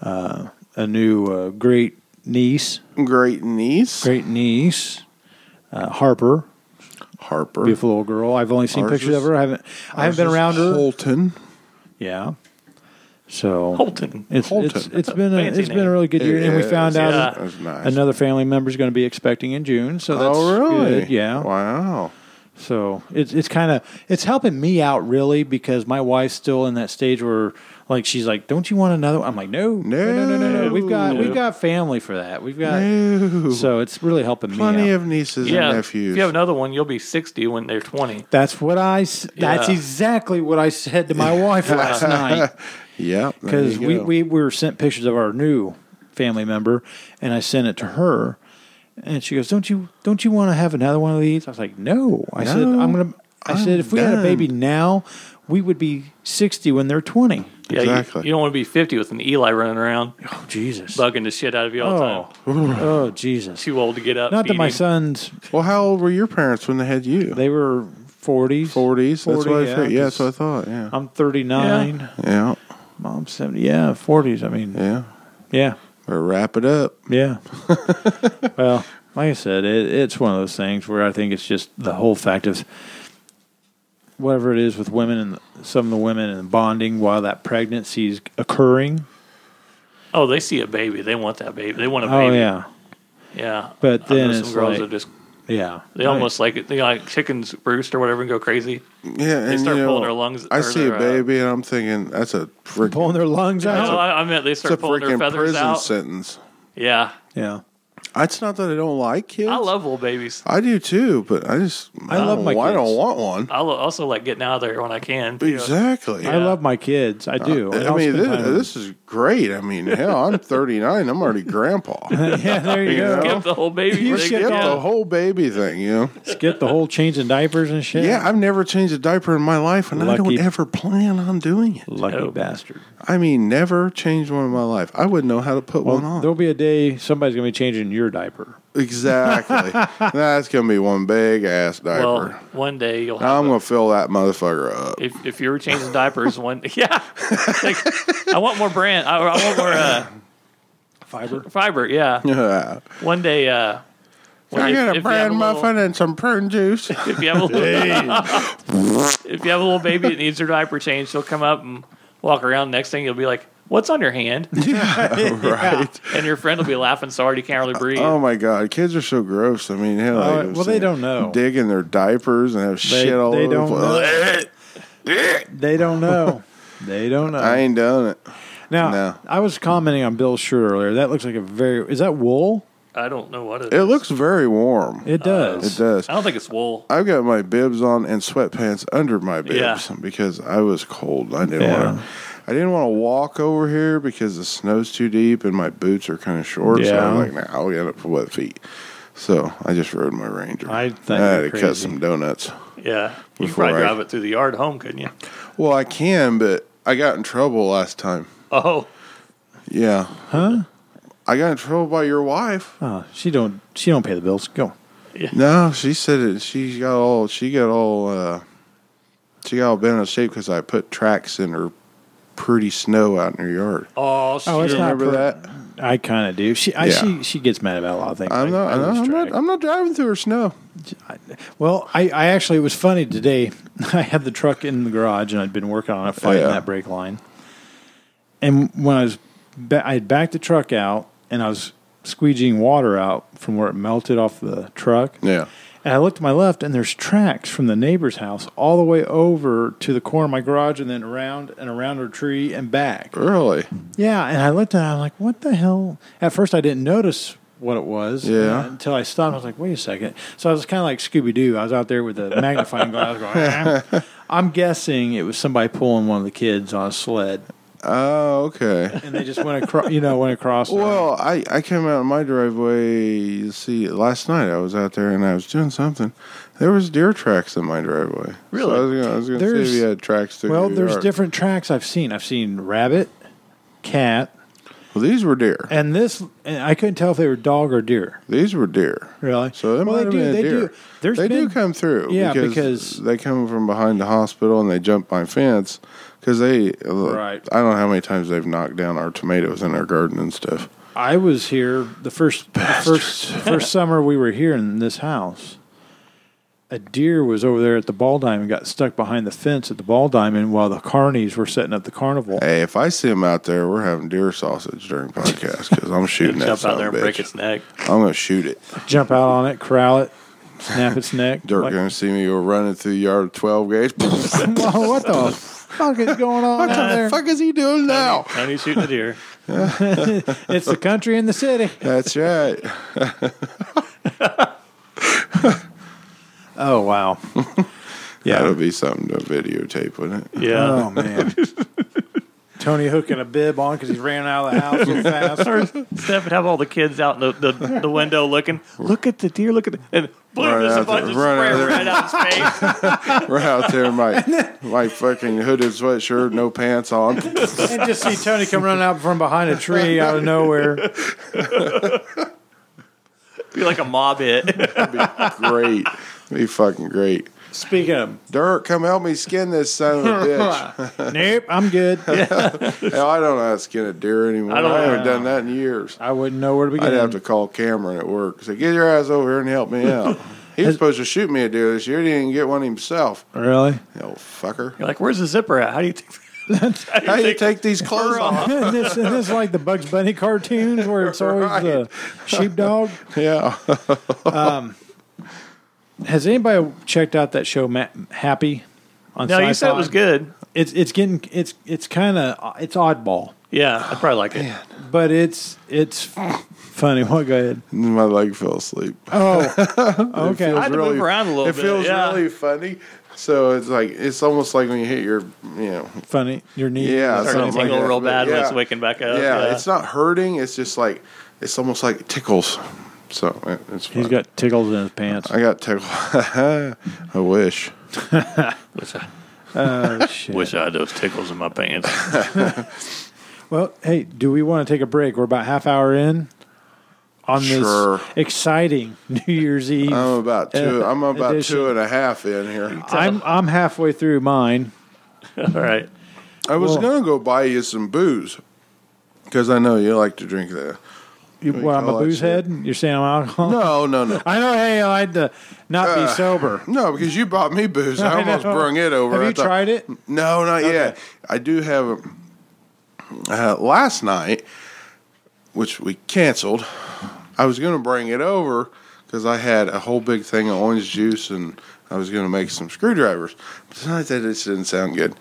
Speaker 3: Uh, a new uh, great niece,
Speaker 5: Great niece.
Speaker 3: great niece, uh, Harper,
Speaker 5: Harper.
Speaker 3: beautiful little girl. I've only seen
Speaker 5: Ours
Speaker 3: pictures
Speaker 5: is-
Speaker 3: of her. I haven't I haven't been
Speaker 5: This is
Speaker 3: around her.
Speaker 5: Holton.
Speaker 3: Yeah. So
Speaker 4: Holton.
Speaker 3: It's,
Speaker 5: Holton.
Speaker 3: it's it's been a,
Speaker 4: Fancy
Speaker 3: it's been
Speaker 4: name.
Speaker 3: a really good year,
Speaker 5: It
Speaker 3: and we found
Speaker 5: is.
Speaker 3: out
Speaker 4: Yeah.
Speaker 5: That's nice.
Speaker 3: another family member is going to be expecting in June. So that's
Speaker 5: oh really?
Speaker 3: good. Yeah.
Speaker 5: Wow.
Speaker 3: So it's it's kind of it's helping me out really because my wife's still in that stage where like she's like, "Don't you want another?" one? I'm like, "No, no, no, no, no. no. We've got
Speaker 4: No.
Speaker 3: we've got family for that. We've got
Speaker 5: Ew.
Speaker 3: so it's really helping
Speaker 5: Plenty
Speaker 3: me. out.
Speaker 5: of nieces
Speaker 4: yeah.
Speaker 5: and
Speaker 4: If
Speaker 5: nephews.
Speaker 4: you have another one, you'll be 60 when they're 20.
Speaker 3: that's what I. s- That's
Speaker 4: Yeah.
Speaker 3: exactly what I said to my wife last night.
Speaker 5: yeah. there
Speaker 3: because
Speaker 5: you
Speaker 3: we,
Speaker 5: go.
Speaker 3: we were sent pictures of our new family member and i sent it to her and she goes don't you don't you want to have another one of these i was like no i said
Speaker 5: No,
Speaker 3: i'm gonna i
Speaker 5: I'm
Speaker 3: said if we had
Speaker 5: done."
Speaker 3: a baby now we would be 60 when they're 20
Speaker 4: Yeah, you-
Speaker 5: Exactly.
Speaker 4: You, don't want to be 50 with an Eli running around,
Speaker 3: oh jesus
Speaker 4: bugging the shit out of you all the
Speaker 3: oh,
Speaker 4: time.
Speaker 3: oh jesus
Speaker 4: Too old to get up.
Speaker 3: not that
Speaker 4: feed
Speaker 3: my
Speaker 4: him.
Speaker 3: sons
Speaker 5: Well, how old were your parents when they had you?
Speaker 3: they were 40s
Speaker 5: 40s. That's
Speaker 3: 40,
Speaker 5: what I figured. Yeah,
Speaker 3: 'cause
Speaker 5: that's what I thought. Yeah.
Speaker 3: i'm 39
Speaker 5: yeah.
Speaker 3: mom's 70 yeah 40s i mean
Speaker 5: Yeah.
Speaker 3: yeah.
Speaker 5: Better wrap it up.
Speaker 3: Yeah. well, like I said, it, it's one of those things where I think it's just the whole fact of whatever it is with women and some of the women and bonding while that pregnancy is occurring.
Speaker 4: Oh, they see a baby. They want that baby. They want a
Speaker 3: Oh
Speaker 4: baby.
Speaker 3: yeah,
Speaker 4: Yeah.
Speaker 3: But
Speaker 4: I know
Speaker 3: then
Speaker 4: some
Speaker 3: it's
Speaker 4: girls
Speaker 3: like-
Speaker 4: are just,
Speaker 3: yeah.
Speaker 4: they almost like, they like chickens roost or whatever and go crazy.
Speaker 5: Yeah, and
Speaker 4: start
Speaker 5: you know,
Speaker 4: pulling their lungs-
Speaker 5: I
Speaker 4: or
Speaker 5: see
Speaker 4: their,
Speaker 5: a
Speaker 4: uh,
Speaker 5: baby, and I'm thinking that's a freaking,
Speaker 3: pulling their lungs
Speaker 4: No,
Speaker 3: out.
Speaker 4: I, I meant they
Speaker 5: that's a
Speaker 4: start pulling their
Speaker 5: freaking
Speaker 4: feathers
Speaker 5: prison
Speaker 4: out.
Speaker 5: sentence.
Speaker 4: Yeah.
Speaker 3: Yeah.
Speaker 5: It's not that I don't like kids.
Speaker 4: I love little babies.
Speaker 5: I do too, but I just I,
Speaker 3: love
Speaker 5: don't,
Speaker 3: my
Speaker 5: I don't
Speaker 3: kids.
Speaker 5: want one.
Speaker 4: I lo- also like getting out of there when I can. too.
Speaker 5: Exactly.
Speaker 3: I love my kids. I do.
Speaker 5: Uh, I mean, this, this is great. I mean, hell, I'm 39. I'm already grandpa.
Speaker 3: is yeah. There you
Speaker 5: You
Speaker 3: go.
Speaker 5: know?
Speaker 4: Skip the whole baby.
Speaker 3: You
Speaker 4: thing.
Speaker 3: skipped
Speaker 5: Get
Speaker 4: Yeah.
Speaker 5: the whole baby thing, you know.
Speaker 3: Get the whole changing diapers and shit.
Speaker 5: Yeah, I've never changed a diaper in my life, and I don't
Speaker 3: Lucky.
Speaker 5: ever plan on doing it.
Speaker 3: Lucky
Speaker 4: Oh.
Speaker 3: bastard.
Speaker 5: I mean, never changed one in my life. I wouldn't know how to put one
Speaker 3: Well,
Speaker 5: on.
Speaker 3: there'll be a day somebody's gonna be changing your diaper.
Speaker 5: Exactly. That's gonna be one big ass diaper.
Speaker 4: Well, one day you'll have
Speaker 5: I'm
Speaker 4: a-
Speaker 5: gonna fill that motherfucker up.
Speaker 4: if, if you were changing diapers one yeah Like, i want more brand i, I want more uh,
Speaker 3: Fiber.
Speaker 4: fiber yeah
Speaker 5: Yeah.
Speaker 4: one day uh when-
Speaker 5: I
Speaker 4: if-
Speaker 5: got
Speaker 4: if
Speaker 5: a
Speaker 4: you
Speaker 5: brand
Speaker 4: have a
Speaker 5: muffin and some prune juice.
Speaker 4: little- if you have a little if you have a little baby that needs her diaper changed she'll come up and walk around next thing you'll be like what's on your hand
Speaker 5: right.
Speaker 4: and your friend will be laughing so hard you can't really breathe
Speaker 5: Oh my god, kids are so gross. I mean, hell,
Speaker 3: Oh,
Speaker 5: like I was
Speaker 3: well, they
Speaker 5: saying,
Speaker 3: don't know.
Speaker 5: Dig in their diapers and have shit all
Speaker 3: they
Speaker 5: over.
Speaker 3: don't
Speaker 5: the place.
Speaker 3: They don't know. they don't know.
Speaker 5: I ain't done it.
Speaker 3: Now,
Speaker 5: No.
Speaker 3: I was commenting on Bill's shirt earlier. That looks like a very. Is that wool?
Speaker 4: i don't know what it
Speaker 5: It
Speaker 4: is
Speaker 5: looks very warm. Uh, It,
Speaker 3: It does.
Speaker 5: does.
Speaker 4: i don't think it's wool
Speaker 5: I've got my bibs on and sweatpants under my bibs
Speaker 4: Yeah.
Speaker 5: because I was cold. I didn't
Speaker 3: Yeah.
Speaker 5: want to. I didn't want to walk over here because the snow's too deep and my boots are kind of short. So
Speaker 3: Yeah.
Speaker 5: I'm like, nah, I'll get up for wet feet. So I just rode my Ranger.
Speaker 3: I think
Speaker 5: I had
Speaker 3: you're
Speaker 5: to cut
Speaker 3: crazy.
Speaker 5: some donuts.
Speaker 4: yeah you could
Speaker 5: Before
Speaker 4: probably
Speaker 5: I-
Speaker 4: drive it through the yard home couldn't you
Speaker 5: Well, I can, but I got in trouble last time.
Speaker 4: oh
Speaker 5: Yeah. Huh? I got in trouble by your wife.
Speaker 3: Oh, she don't. She don't pay the bills. Go.
Speaker 5: No, she said it. She got all. She got all. Uh, she got all bent out of shape because I put tracks in her pretty snow out in her yard.
Speaker 4: Oh, shit.
Speaker 3: Oh, it's not
Speaker 5: Remember
Speaker 3: per-
Speaker 5: that?
Speaker 3: I kind of do. She, I,
Speaker 5: Yeah.
Speaker 3: she she gets mad about a lot of things.
Speaker 5: I'm
Speaker 3: I-
Speaker 5: not.
Speaker 3: I
Speaker 5: I'm
Speaker 3: lose
Speaker 5: not, I'm
Speaker 3: track.
Speaker 5: not. I'm not driving through her snow.
Speaker 3: Well, I, I actually it was funny today. I had the truck in the garage and I'd been working on it, fighting
Speaker 5: Yeah.
Speaker 3: that brake line. And when I was, ba- I had backed the truck out and I was squeegeeing water out from where it melted off the truck.
Speaker 5: Yeah.
Speaker 3: And I looked to my left and there's tracks from the neighbor's house all the way over to the corner of my garage and then around and around her tree and back.
Speaker 5: Really?
Speaker 3: Yeah, and I looked at it, I'm like, what the hell? At first, I didn't notice what it was.
Speaker 5: Yeah.
Speaker 3: uh, until I stopped, I was like, wait a second. So I was kind of like Scooby Doo. I was out there with a magnifying glass going, "Ah." I'm guessing it was somebody pulling one of the kids on a sled,
Speaker 5: Oh, okay.
Speaker 3: and they just went across, you know, went across.
Speaker 5: Well, I, I came out of my driveway. You see, last night I was out there and I was doing something. There was deer tracks in my driveway.
Speaker 4: Really?
Speaker 5: So I was gonna, I was gonna
Speaker 3: There's-
Speaker 5: see if you had tracks through.
Speaker 3: well,
Speaker 5: your
Speaker 3: there's
Speaker 5: yard.
Speaker 3: different tracks I've seen. I've seen rabbit, cat,
Speaker 5: Well, these were deer.
Speaker 3: and this. And I couldn't tell if they were dog or deer.
Speaker 5: These were deer.
Speaker 3: Really?
Speaker 5: So they
Speaker 3: Well,
Speaker 5: might
Speaker 3: they
Speaker 5: have
Speaker 3: do-
Speaker 5: been a
Speaker 3: they do-
Speaker 5: deer.
Speaker 3: there's
Speaker 5: they
Speaker 3: been-
Speaker 5: do come through.
Speaker 3: Yeah,
Speaker 5: because,
Speaker 3: because-
Speaker 5: they come from behind the hospital and they jump my fence because they.
Speaker 3: Right.
Speaker 5: I don't know how many times they've knocked down our tomatoes in our garden and stuff.
Speaker 3: I was here the first the first first summer we were here in this house. A deer was over there at the ball diamond, got stuck behind the fence at the ball diamond while the carnies were setting up the carnival.
Speaker 5: Hey, if I see them out there, we're having deer sausage during podcast because I'm shooting that
Speaker 4: Jump out
Speaker 5: son
Speaker 4: there
Speaker 5: of
Speaker 4: and
Speaker 5: a
Speaker 4: break
Speaker 5: bitch.
Speaker 4: its neck.
Speaker 5: I'm gonna shoot it.
Speaker 3: Jump out on it, corral it, snap its neck.
Speaker 5: Dirk
Speaker 3: Like,
Speaker 5: gonna see me go running through the yard with 12 gauge. what
Speaker 3: "Whoa, what the fuck is going on out
Speaker 5: the
Speaker 3: there?
Speaker 5: fuck is he doing now?
Speaker 4: And he's shooting a deer.
Speaker 3: It's the country and the city.
Speaker 5: That's right.
Speaker 3: Oh wow.
Speaker 5: That'll
Speaker 3: Yeah.
Speaker 5: be something to videotape, wouldn't it?
Speaker 4: Yeah.
Speaker 3: Oh man. Tony hooking a bib on because he ran out of the house so fast.
Speaker 4: Or Steph would have all the kids out in the, the, the window looking. Look at the deer. Look at the and boom,
Speaker 5: Right
Speaker 4: there's a
Speaker 5: out
Speaker 4: bunch
Speaker 5: there,
Speaker 4: of
Speaker 5: right out
Speaker 4: spray
Speaker 5: there.
Speaker 4: right out his face.
Speaker 5: We're out there, in my my fucking hooded sweatshirt, no pants on.
Speaker 3: and just see Tony come running out from behind a tree out of nowhere.
Speaker 4: Be like a mob hit.
Speaker 5: Great, be fucking great.
Speaker 3: Speaking of,
Speaker 5: Dirk, come help me skin this son of a bitch.
Speaker 3: nope, I'm good.
Speaker 5: Hell, I don't know how to skin a deer anymore. I,
Speaker 4: I don't
Speaker 5: haven't
Speaker 4: know.
Speaker 5: done that in years.
Speaker 3: I wouldn't know where to begin.
Speaker 5: I'd have to call Cameron at work. Say, get your ass over here and help me out. He was supposed to shoot me a deer this year. He didn't get one himself.
Speaker 3: Really?
Speaker 5: Oh fucker!
Speaker 4: You're like, where's the zipper at? How do you think?
Speaker 5: How do you take these clothes off?
Speaker 3: and this, and this is like the Bugs Bunny cartoons where it's always the sheepdog.
Speaker 5: Yeah.
Speaker 3: Has anybody checked out that show Ma- Happy? On
Speaker 4: No, you said it
Speaker 3: Sci-Fi?
Speaker 4: was good.
Speaker 3: It's it's getting it's it's kind of it's oddball,
Speaker 4: Yeah, I probably like it.
Speaker 3: but it's it's funny. Well, go ahead.
Speaker 5: My leg fell asleep.
Speaker 3: Oh,
Speaker 5: It
Speaker 3: okay.
Speaker 5: feels
Speaker 4: had to move around a little
Speaker 5: It
Speaker 4: bit,
Speaker 5: feels
Speaker 4: yeah.
Speaker 5: really funny. So it's like it's almost like when you hit your, you know,
Speaker 3: funny. Your knee.
Speaker 5: yeah,
Speaker 4: Starting to
Speaker 5: something like
Speaker 4: tingle
Speaker 5: that.
Speaker 4: real
Speaker 5: But
Speaker 4: bad when it's
Speaker 5: yeah.
Speaker 4: waking back
Speaker 5: Yeah,
Speaker 4: up. Yeah,
Speaker 5: it's not hurting. It's just like it's almost like it tickles. So it, it's.
Speaker 3: He's
Speaker 5: fun.
Speaker 3: got tickles in his pants.
Speaker 5: I got tickled. I wish.
Speaker 4: Wish I,
Speaker 3: Oh shit.
Speaker 4: wish I had those tickles in my pants.
Speaker 3: Well, hey, do we want to take a break? We're about half hour in on this
Speaker 5: Sure.
Speaker 3: exciting New Year's Eve.
Speaker 5: I'm about two. I'm about
Speaker 3: Edition.
Speaker 5: two and a half in here.
Speaker 3: I'm I'm halfway through mine.
Speaker 4: all right.
Speaker 5: I was
Speaker 3: Well-
Speaker 5: gonna go buy you some booze because I know you like to drink that.
Speaker 3: You,
Speaker 5: do you
Speaker 3: what, I'm a
Speaker 5: call that
Speaker 3: booze
Speaker 5: shit?
Speaker 3: head? You're saying I'm alcohol?
Speaker 5: No, no, no.
Speaker 3: I know. Hey, I had to not
Speaker 5: Uh,
Speaker 3: be sober.
Speaker 5: No, because you bought me booze. I,
Speaker 3: I
Speaker 5: almost
Speaker 3: know.
Speaker 5: brung it over.
Speaker 3: Have
Speaker 5: I
Speaker 3: you
Speaker 5: thought-
Speaker 3: tried it?
Speaker 5: No, not yet. I do have. a- Uh, last night, which we canceled, I was going to bring it over because I had a whole big thing of orange juice and I was going to make some screwdrivers. But tonight that just didn't sound good.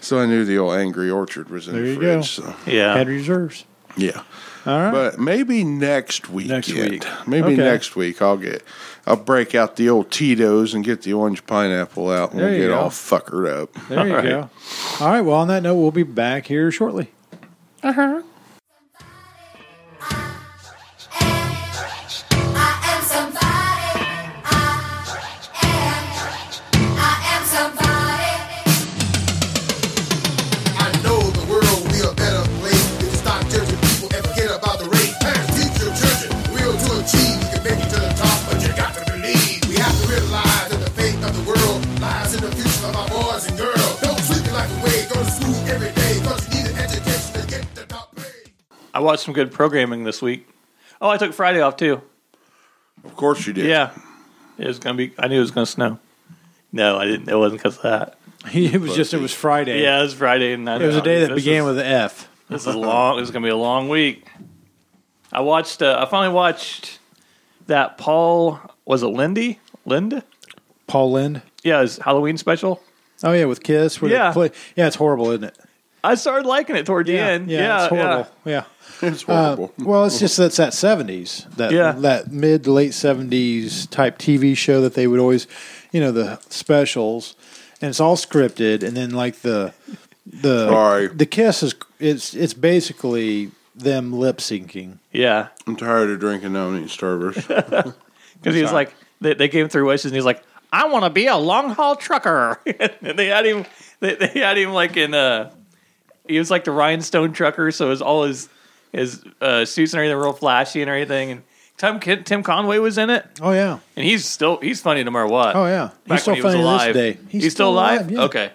Speaker 5: So I knew the old Angry Orchard was in
Speaker 3: There
Speaker 5: the
Speaker 3: you go.
Speaker 5: fridge. So
Speaker 4: Yeah.
Speaker 3: Had reserves.
Speaker 5: yeah.
Speaker 3: All right.
Speaker 5: But maybe next weekend.
Speaker 3: week.
Speaker 5: Maybe
Speaker 3: Okay.
Speaker 5: next week I'll get I'll break out the old Tito's and get the orange pineapple out and
Speaker 3: There
Speaker 5: we'll
Speaker 3: you
Speaker 5: get
Speaker 3: go.
Speaker 5: all fuckered up.
Speaker 3: there you
Speaker 4: all right.
Speaker 3: go. All right. Well, on that note, we'll be back here shortly.
Speaker 6: I am somebody. I am somebody.
Speaker 7: I know the world will be a better place if you stop judging people and forget about the race. Parents, teach your children, will to achieve. You can make it to the top, but you got to believe. We have to realize that the fate of the world lies in the future of our boys and girls. Don't sleep your life away. Go to school every day, 'cause you need
Speaker 4: watched some good programming this week. Oh, I took Friday off too.
Speaker 5: Of course you did.
Speaker 4: Yeah, it was gonna be. I knew it was gonna snow. No, I didn't. It wasn't because of that.
Speaker 3: it was just it was Friday.
Speaker 4: Yeah, it was Friday, and I,
Speaker 3: it was a day that began
Speaker 4: with.
Speaker 3: with an F.
Speaker 4: This is long. This is gonna be a long week. I watched. Uh, I finally watched that Paul. Was it Lindy? Linda?
Speaker 3: Paul Lind.
Speaker 4: Yeah, his Halloween special.
Speaker 3: Oh yeah, with Kiss. Where yeah,
Speaker 4: Yeah.
Speaker 3: they play. yeah, it's horrible, isn't it?
Speaker 4: I started liking it toward the end. Yeah,
Speaker 3: it's horrible. Yeah.
Speaker 5: It's
Speaker 3: Uh,
Speaker 5: horrible.
Speaker 3: well, it's just that's that seventies, that
Speaker 4: Yeah.
Speaker 3: that mid to late seventies type TV show that they would always, you know, the specials, and it's all scripted, and then like the the
Speaker 5: Sorry.
Speaker 3: the kiss is it's it's basically them lip syncing.
Speaker 4: yeah.
Speaker 5: I'm tired of drinking now and eating Starburst.
Speaker 4: Because he was like, they, they gave him three wishes, and he's like, I want to be a long haul trucker. and they had him. They, they had him like in uh He was like the rhinestone trucker, so his all his his uh, suits and everything were real flashy and everything. And Tim Tim Conway was in it,
Speaker 3: Oh yeah,
Speaker 4: and he's still he's funny no matter what.
Speaker 3: oh yeah.
Speaker 4: Back when he was alive.
Speaker 3: this day.
Speaker 4: He's, still alive.
Speaker 3: yeah.
Speaker 4: Okay.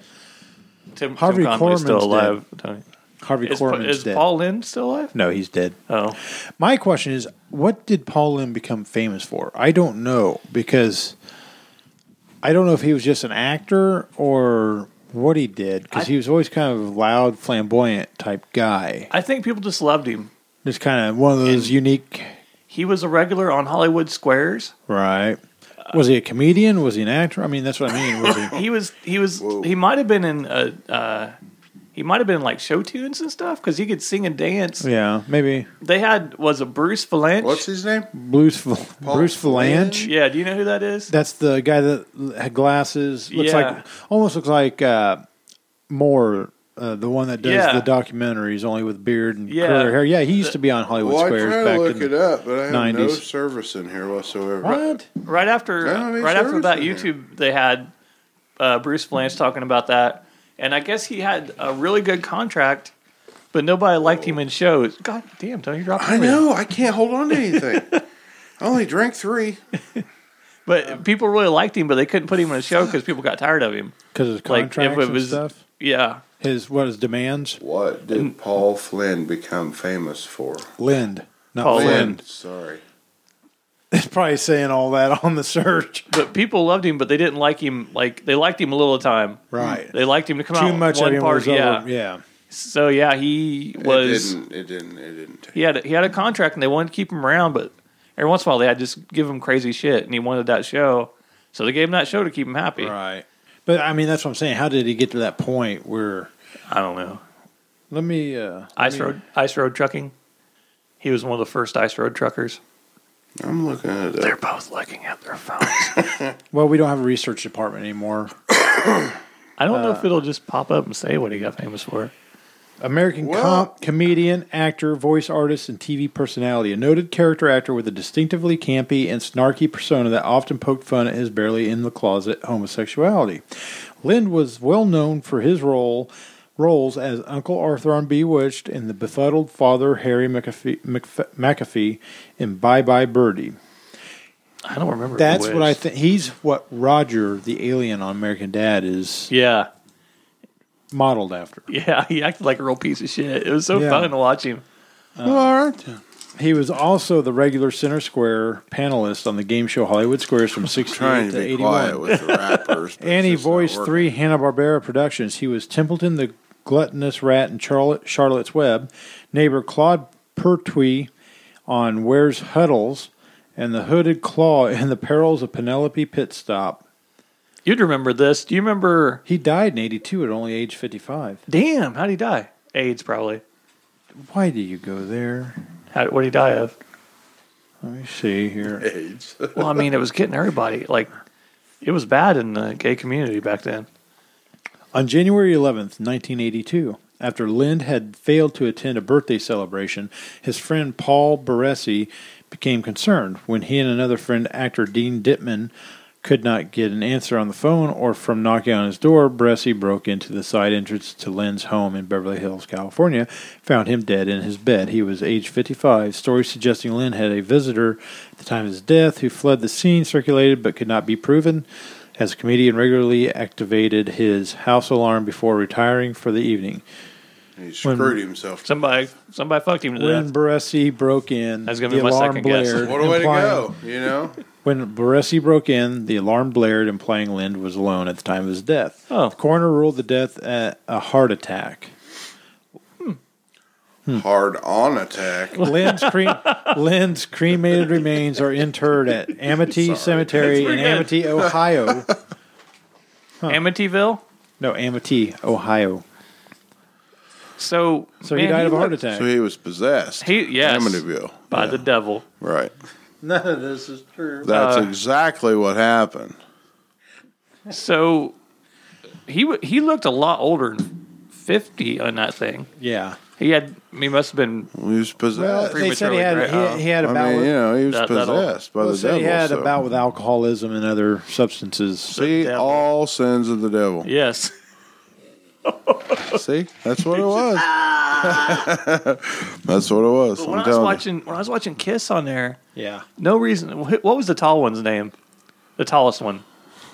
Speaker 4: Tim
Speaker 3: Harvey
Speaker 4: Harvey Tim Conway's still
Speaker 3: Korman's
Speaker 4: alive. Tony.
Speaker 3: Harvey
Speaker 4: Is,
Speaker 3: Korman's
Speaker 4: is
Speaker 3: dead.
Speaker 4: Paul Lynn still alive?
Speaker 3: no, he's dead.
Speaker 4: Oh,
Speaker 3: My question is, what did Paul Lynn become famous for? I don't know because I don't know if he was just an actor or what he did because he was always kind of a loud, flamboyant type guy.
Speaker 4: I think people just loved him.
Speaker 3: Just kind of one of those unique,
Speaker 4: He was a regular on Hollywood Squares.
Speaker 3: right? Was he a comedian? Was he an actor? I mean, that's what I mean. Was he?
Speaker 4: He was he was he might have been in uh uh, he might have been in, like show tunes and stuff because he could sing and dance.
Speaker 3: Yeah, maybe
Speaker 4: They had was it Bruce Valanche?
Speaker 5: What's his name?
Speaker 3: Bruce Bruce Valanche.
Speaker 4: yeah, do you know who that is?
Speaker 3: That's the guy that had glasses. Looks
Speaker 4: Yeah.
Speaker 3: like almost looks like uh, Moore, uh, the one that does
Speaker 4: Yeah.
Speaker 3: the documentaries, only with beard and
Speaker 4: Yeah.
Speaker 3: curly hair. Yeah, he used to be on Hollywood
Speaker 5: Well, I
Speaker 3: Squares
Speaker 5: tried
Speaker 3: back
Speaker 5: to look
Speaker 3: in
Speaker 5: it up, but I have no
Speaker 3: 90s.
Speaker 5: service in here whatsoever.
Speaker 3: what?
Speaker 4: Right after
Speaker 5: Yeah, I mean,
Speaker 4: right
Speaker 5: sure,
Speaker 4: after that
Speaker 5: it's in
Speaker 4: YouTube, they had uh, Bruce Valanche talking about that, and I guess he had a really good contract, but nobody liked him in shows. God damn, Tony, you dropped.
Speaker 5: I know. I can't hold on to anything. I only drank three.
Speaker 4: But people really liked him, but they couldn't put him in a show because people got tired of him.
Speaker 3: Because his
Speaker 4: Like, if
Speaker 3: contracts
Speaker 4: it
Speaker 3: and
Speaker 4: was-
Speaker 3: stuff.
Speaker 4: Yeah,
Speaker 3: His what his demands?
Speaker 5: What did Paul Flynn become famous for?
Speaker 3: Lind, not
Speaker 4: Paul
Speaker 3: Flynn.
Speaker 4: Lind.
Speaker 5: Sorry.
Speaker 3: It's probably saying all that on the search,
Speaker 4: but people loved him, but they didn't like him. Like they liked him a little time.
Speaker 3: right?
Speaker 4: They liked him to come out
Speaker 3: Too much of
Speaker 4: one
Speaker 3: him
Speaker 4: part.
Speaker 3: was over-
Speaker 4: Yeah.
Speaker 3: yeah.
Speaker 4: So yeah, he was.
Speaker 5: it didn't it didn't it didn't take
Speaker 4: He had a, he had a contract, and they wanted to keep him around, but every once in a while they had to just give him crazy shit, and he wanted that show. So they gave him that show to keep him happy.
Speaker 3: right. But I mean, that's what I'm saying. How did he get to that point where?
Speaker 4: I don't know.
Speaker 3: Let me. Uh,
Speaker 4: Ice road ice road trucking. He was one of the first ice road truckers.
Speaker 5: I'm looking at
Speaker 4: They're
Speaker 5: it.
Speaker 4: both looking at their phones.
Speaker 3: well, we don't have a research department anymore.
Speaker 4: I don't know if it'll just pop up and say what he got famous for.
Speaker 3: American
Speaker 5: Well-
Speaker 3: comp, comedian, actor, voice artist, and TV personality. A noted character actor with a distinctively campy and snarky persona that often poked fun at his barely in the closet homosexuality. Lind was well known for his role roles as Uncle Arthur on Bewitched and the befuddled father Harry McAfee, McF- McAfee in Bye Bye Birdie.
Speaker 4: I don't remember.
Speaker 3: That's what I
Speaker 4: which.
Speaker 3: think. He's what Roger, the alien on American Dad, is
Speaker 4: Yeah.
Speaker 3: modeled after.
Speaker 4: Yeah, he acted like a real piece of shit. It was so
Speaker 3: Yeah.
Speaker 4: fun to watch him.
Speaker 5: Well, all right. then.
Speaker 3: He was also the regular Center Square panelist on the game show Hollywood Squares from 68
Speaker 5: Trying to
Speaker 3: to
Speaker 5: be quiet
Speaker 3: 81.
Speaker 5: with the rappers. but
Speaker 3: And he
Speaker 5: it's just not
Speaker 3: voiced
Speaker 5: working.
Speaker 3: three Hanna-Barbera productions. He was Templeton the Gluttonous Rat and Charlotte, Charlotte's Web, neighbor Claude Pertwee on Where's Huddles, and the Hooded Claw in The Perils of Penelope Pit Stop.
Speaker 4: You'd remember this. Do you remember?
Speaker 3: He died in 82 at only age 55.
Speaker 4: Damn, how'd he die? AIDS, probably.
Speaker 3: Why do you go there?
Speaker 4: How, what'd he die of?
Speaker 3: Let me see here.
Speaker 5: AIDS.
Speaker 4: Well, I mean, it was getting everybody. Like, it was bad in the gay community back then.
Speaker 3: On January 11th, 1982, after Lind had failed to attend a birthday celebration, his friend Paul Baresi became concerned when he and another friend, actor Dean Dittman, could not get an answer on the phone or from knocking on his door. Baresi broke into the side entrance to Lind's home in Beverly Hills, California, found him dead in his bed. He was age 55. Stories suggesting Lind had a visitor at the time of his death who fled the scene circulated but could not be proven as a comedian regularly activated his house alarm before retiring for the evening.
Speaker 5: He screwed
Speaker 3: When-
Speaker 5: himself.
Speaker 4: Somebody, somebody fucked him to
Speaker 3: When
Speaker 4: death.
Speaker 3: Baresi broke in,
Speaker 4: That's gonna
Speaker 3: the
Speaker 4: be my
Speaker 3: alarm
Speaker 4: second guess.
Speaker 3: blared.
Speaker 5: What a way to
Speaker 3: implying-
Speaker 5: go, you know?
Speaker 3: When Baresi broke in, the alarm blared, implying Lind was alone at the time of his death.
Speaker 4: Oh.
Speaker 3: The coroner ruled the death at a heart attack. Hmm.
Speaker 5: Hard on attack.
Speaker 3: Lynn's, cre- Lynn's cremated remains are interred at Amity Cemetery in
Speaker 4: pretty good.
Speaker 3: Amity, Ohio.
Speaker 4: Amityville.
Speaker 3: No, Amity, Ohio.
Speaker 4: So,
Speaker 3: So he
Speaker 4: man,
Speaker 3: died of a heart
Speaker 4: looked
Speaker 3: attack.
Speaker 5: So he was possessed.
Speaker 4: He- yes.
Speaker 5: Amityville.
Speaker 4: by
Speaker 5: Yeah,
Speaker 4: the devil.
Speaker 5: right.
Speaker 3: None of this is true.
Speaker 5: That's
Speaker 4: Uh,
Speaker 5: exactly what happened.
Speaker 4: So he w- he looked a lot older than fifty on that thing.
Speaker 3: Yeah.
Speaker 4: He had he must have been
Speaker 5: He was possessed.
Speaker 3: they said he had,
Speaker 4: prematurely, right?
Speaker 3: he, he had
Speaker 5: I
Speaker 3: a bout
Speaker 5: mean,
Speaker 3: with,
Speaker 5: you know, he was
Speaker 4: That- that'll-
Speaker 5: possessed by
Speaker 3: well,
Speaker 5: the
Speaker 3: said
Speaker 5: devil.
Speaker 3: he had
Speaker 5: so-
Speaker 3: a bout with alcoholism and other substances.
Speaker 5: See,
Speaker 4: devil.
Speaker 5: all sins of the devil.
Speaker 4: yes.
Speaker 5: See, that's what it was. that's what it was.
Speaker 4: Ah. When
Speaker 5: I'm
Speaker 4: I was
Speaker 5: telling
Speaker 4: watching when I was watching Kiss on there,
Speaker 3: yeah.
Speaker 4: no reason. wh- What was the tall one's name? The tallest one.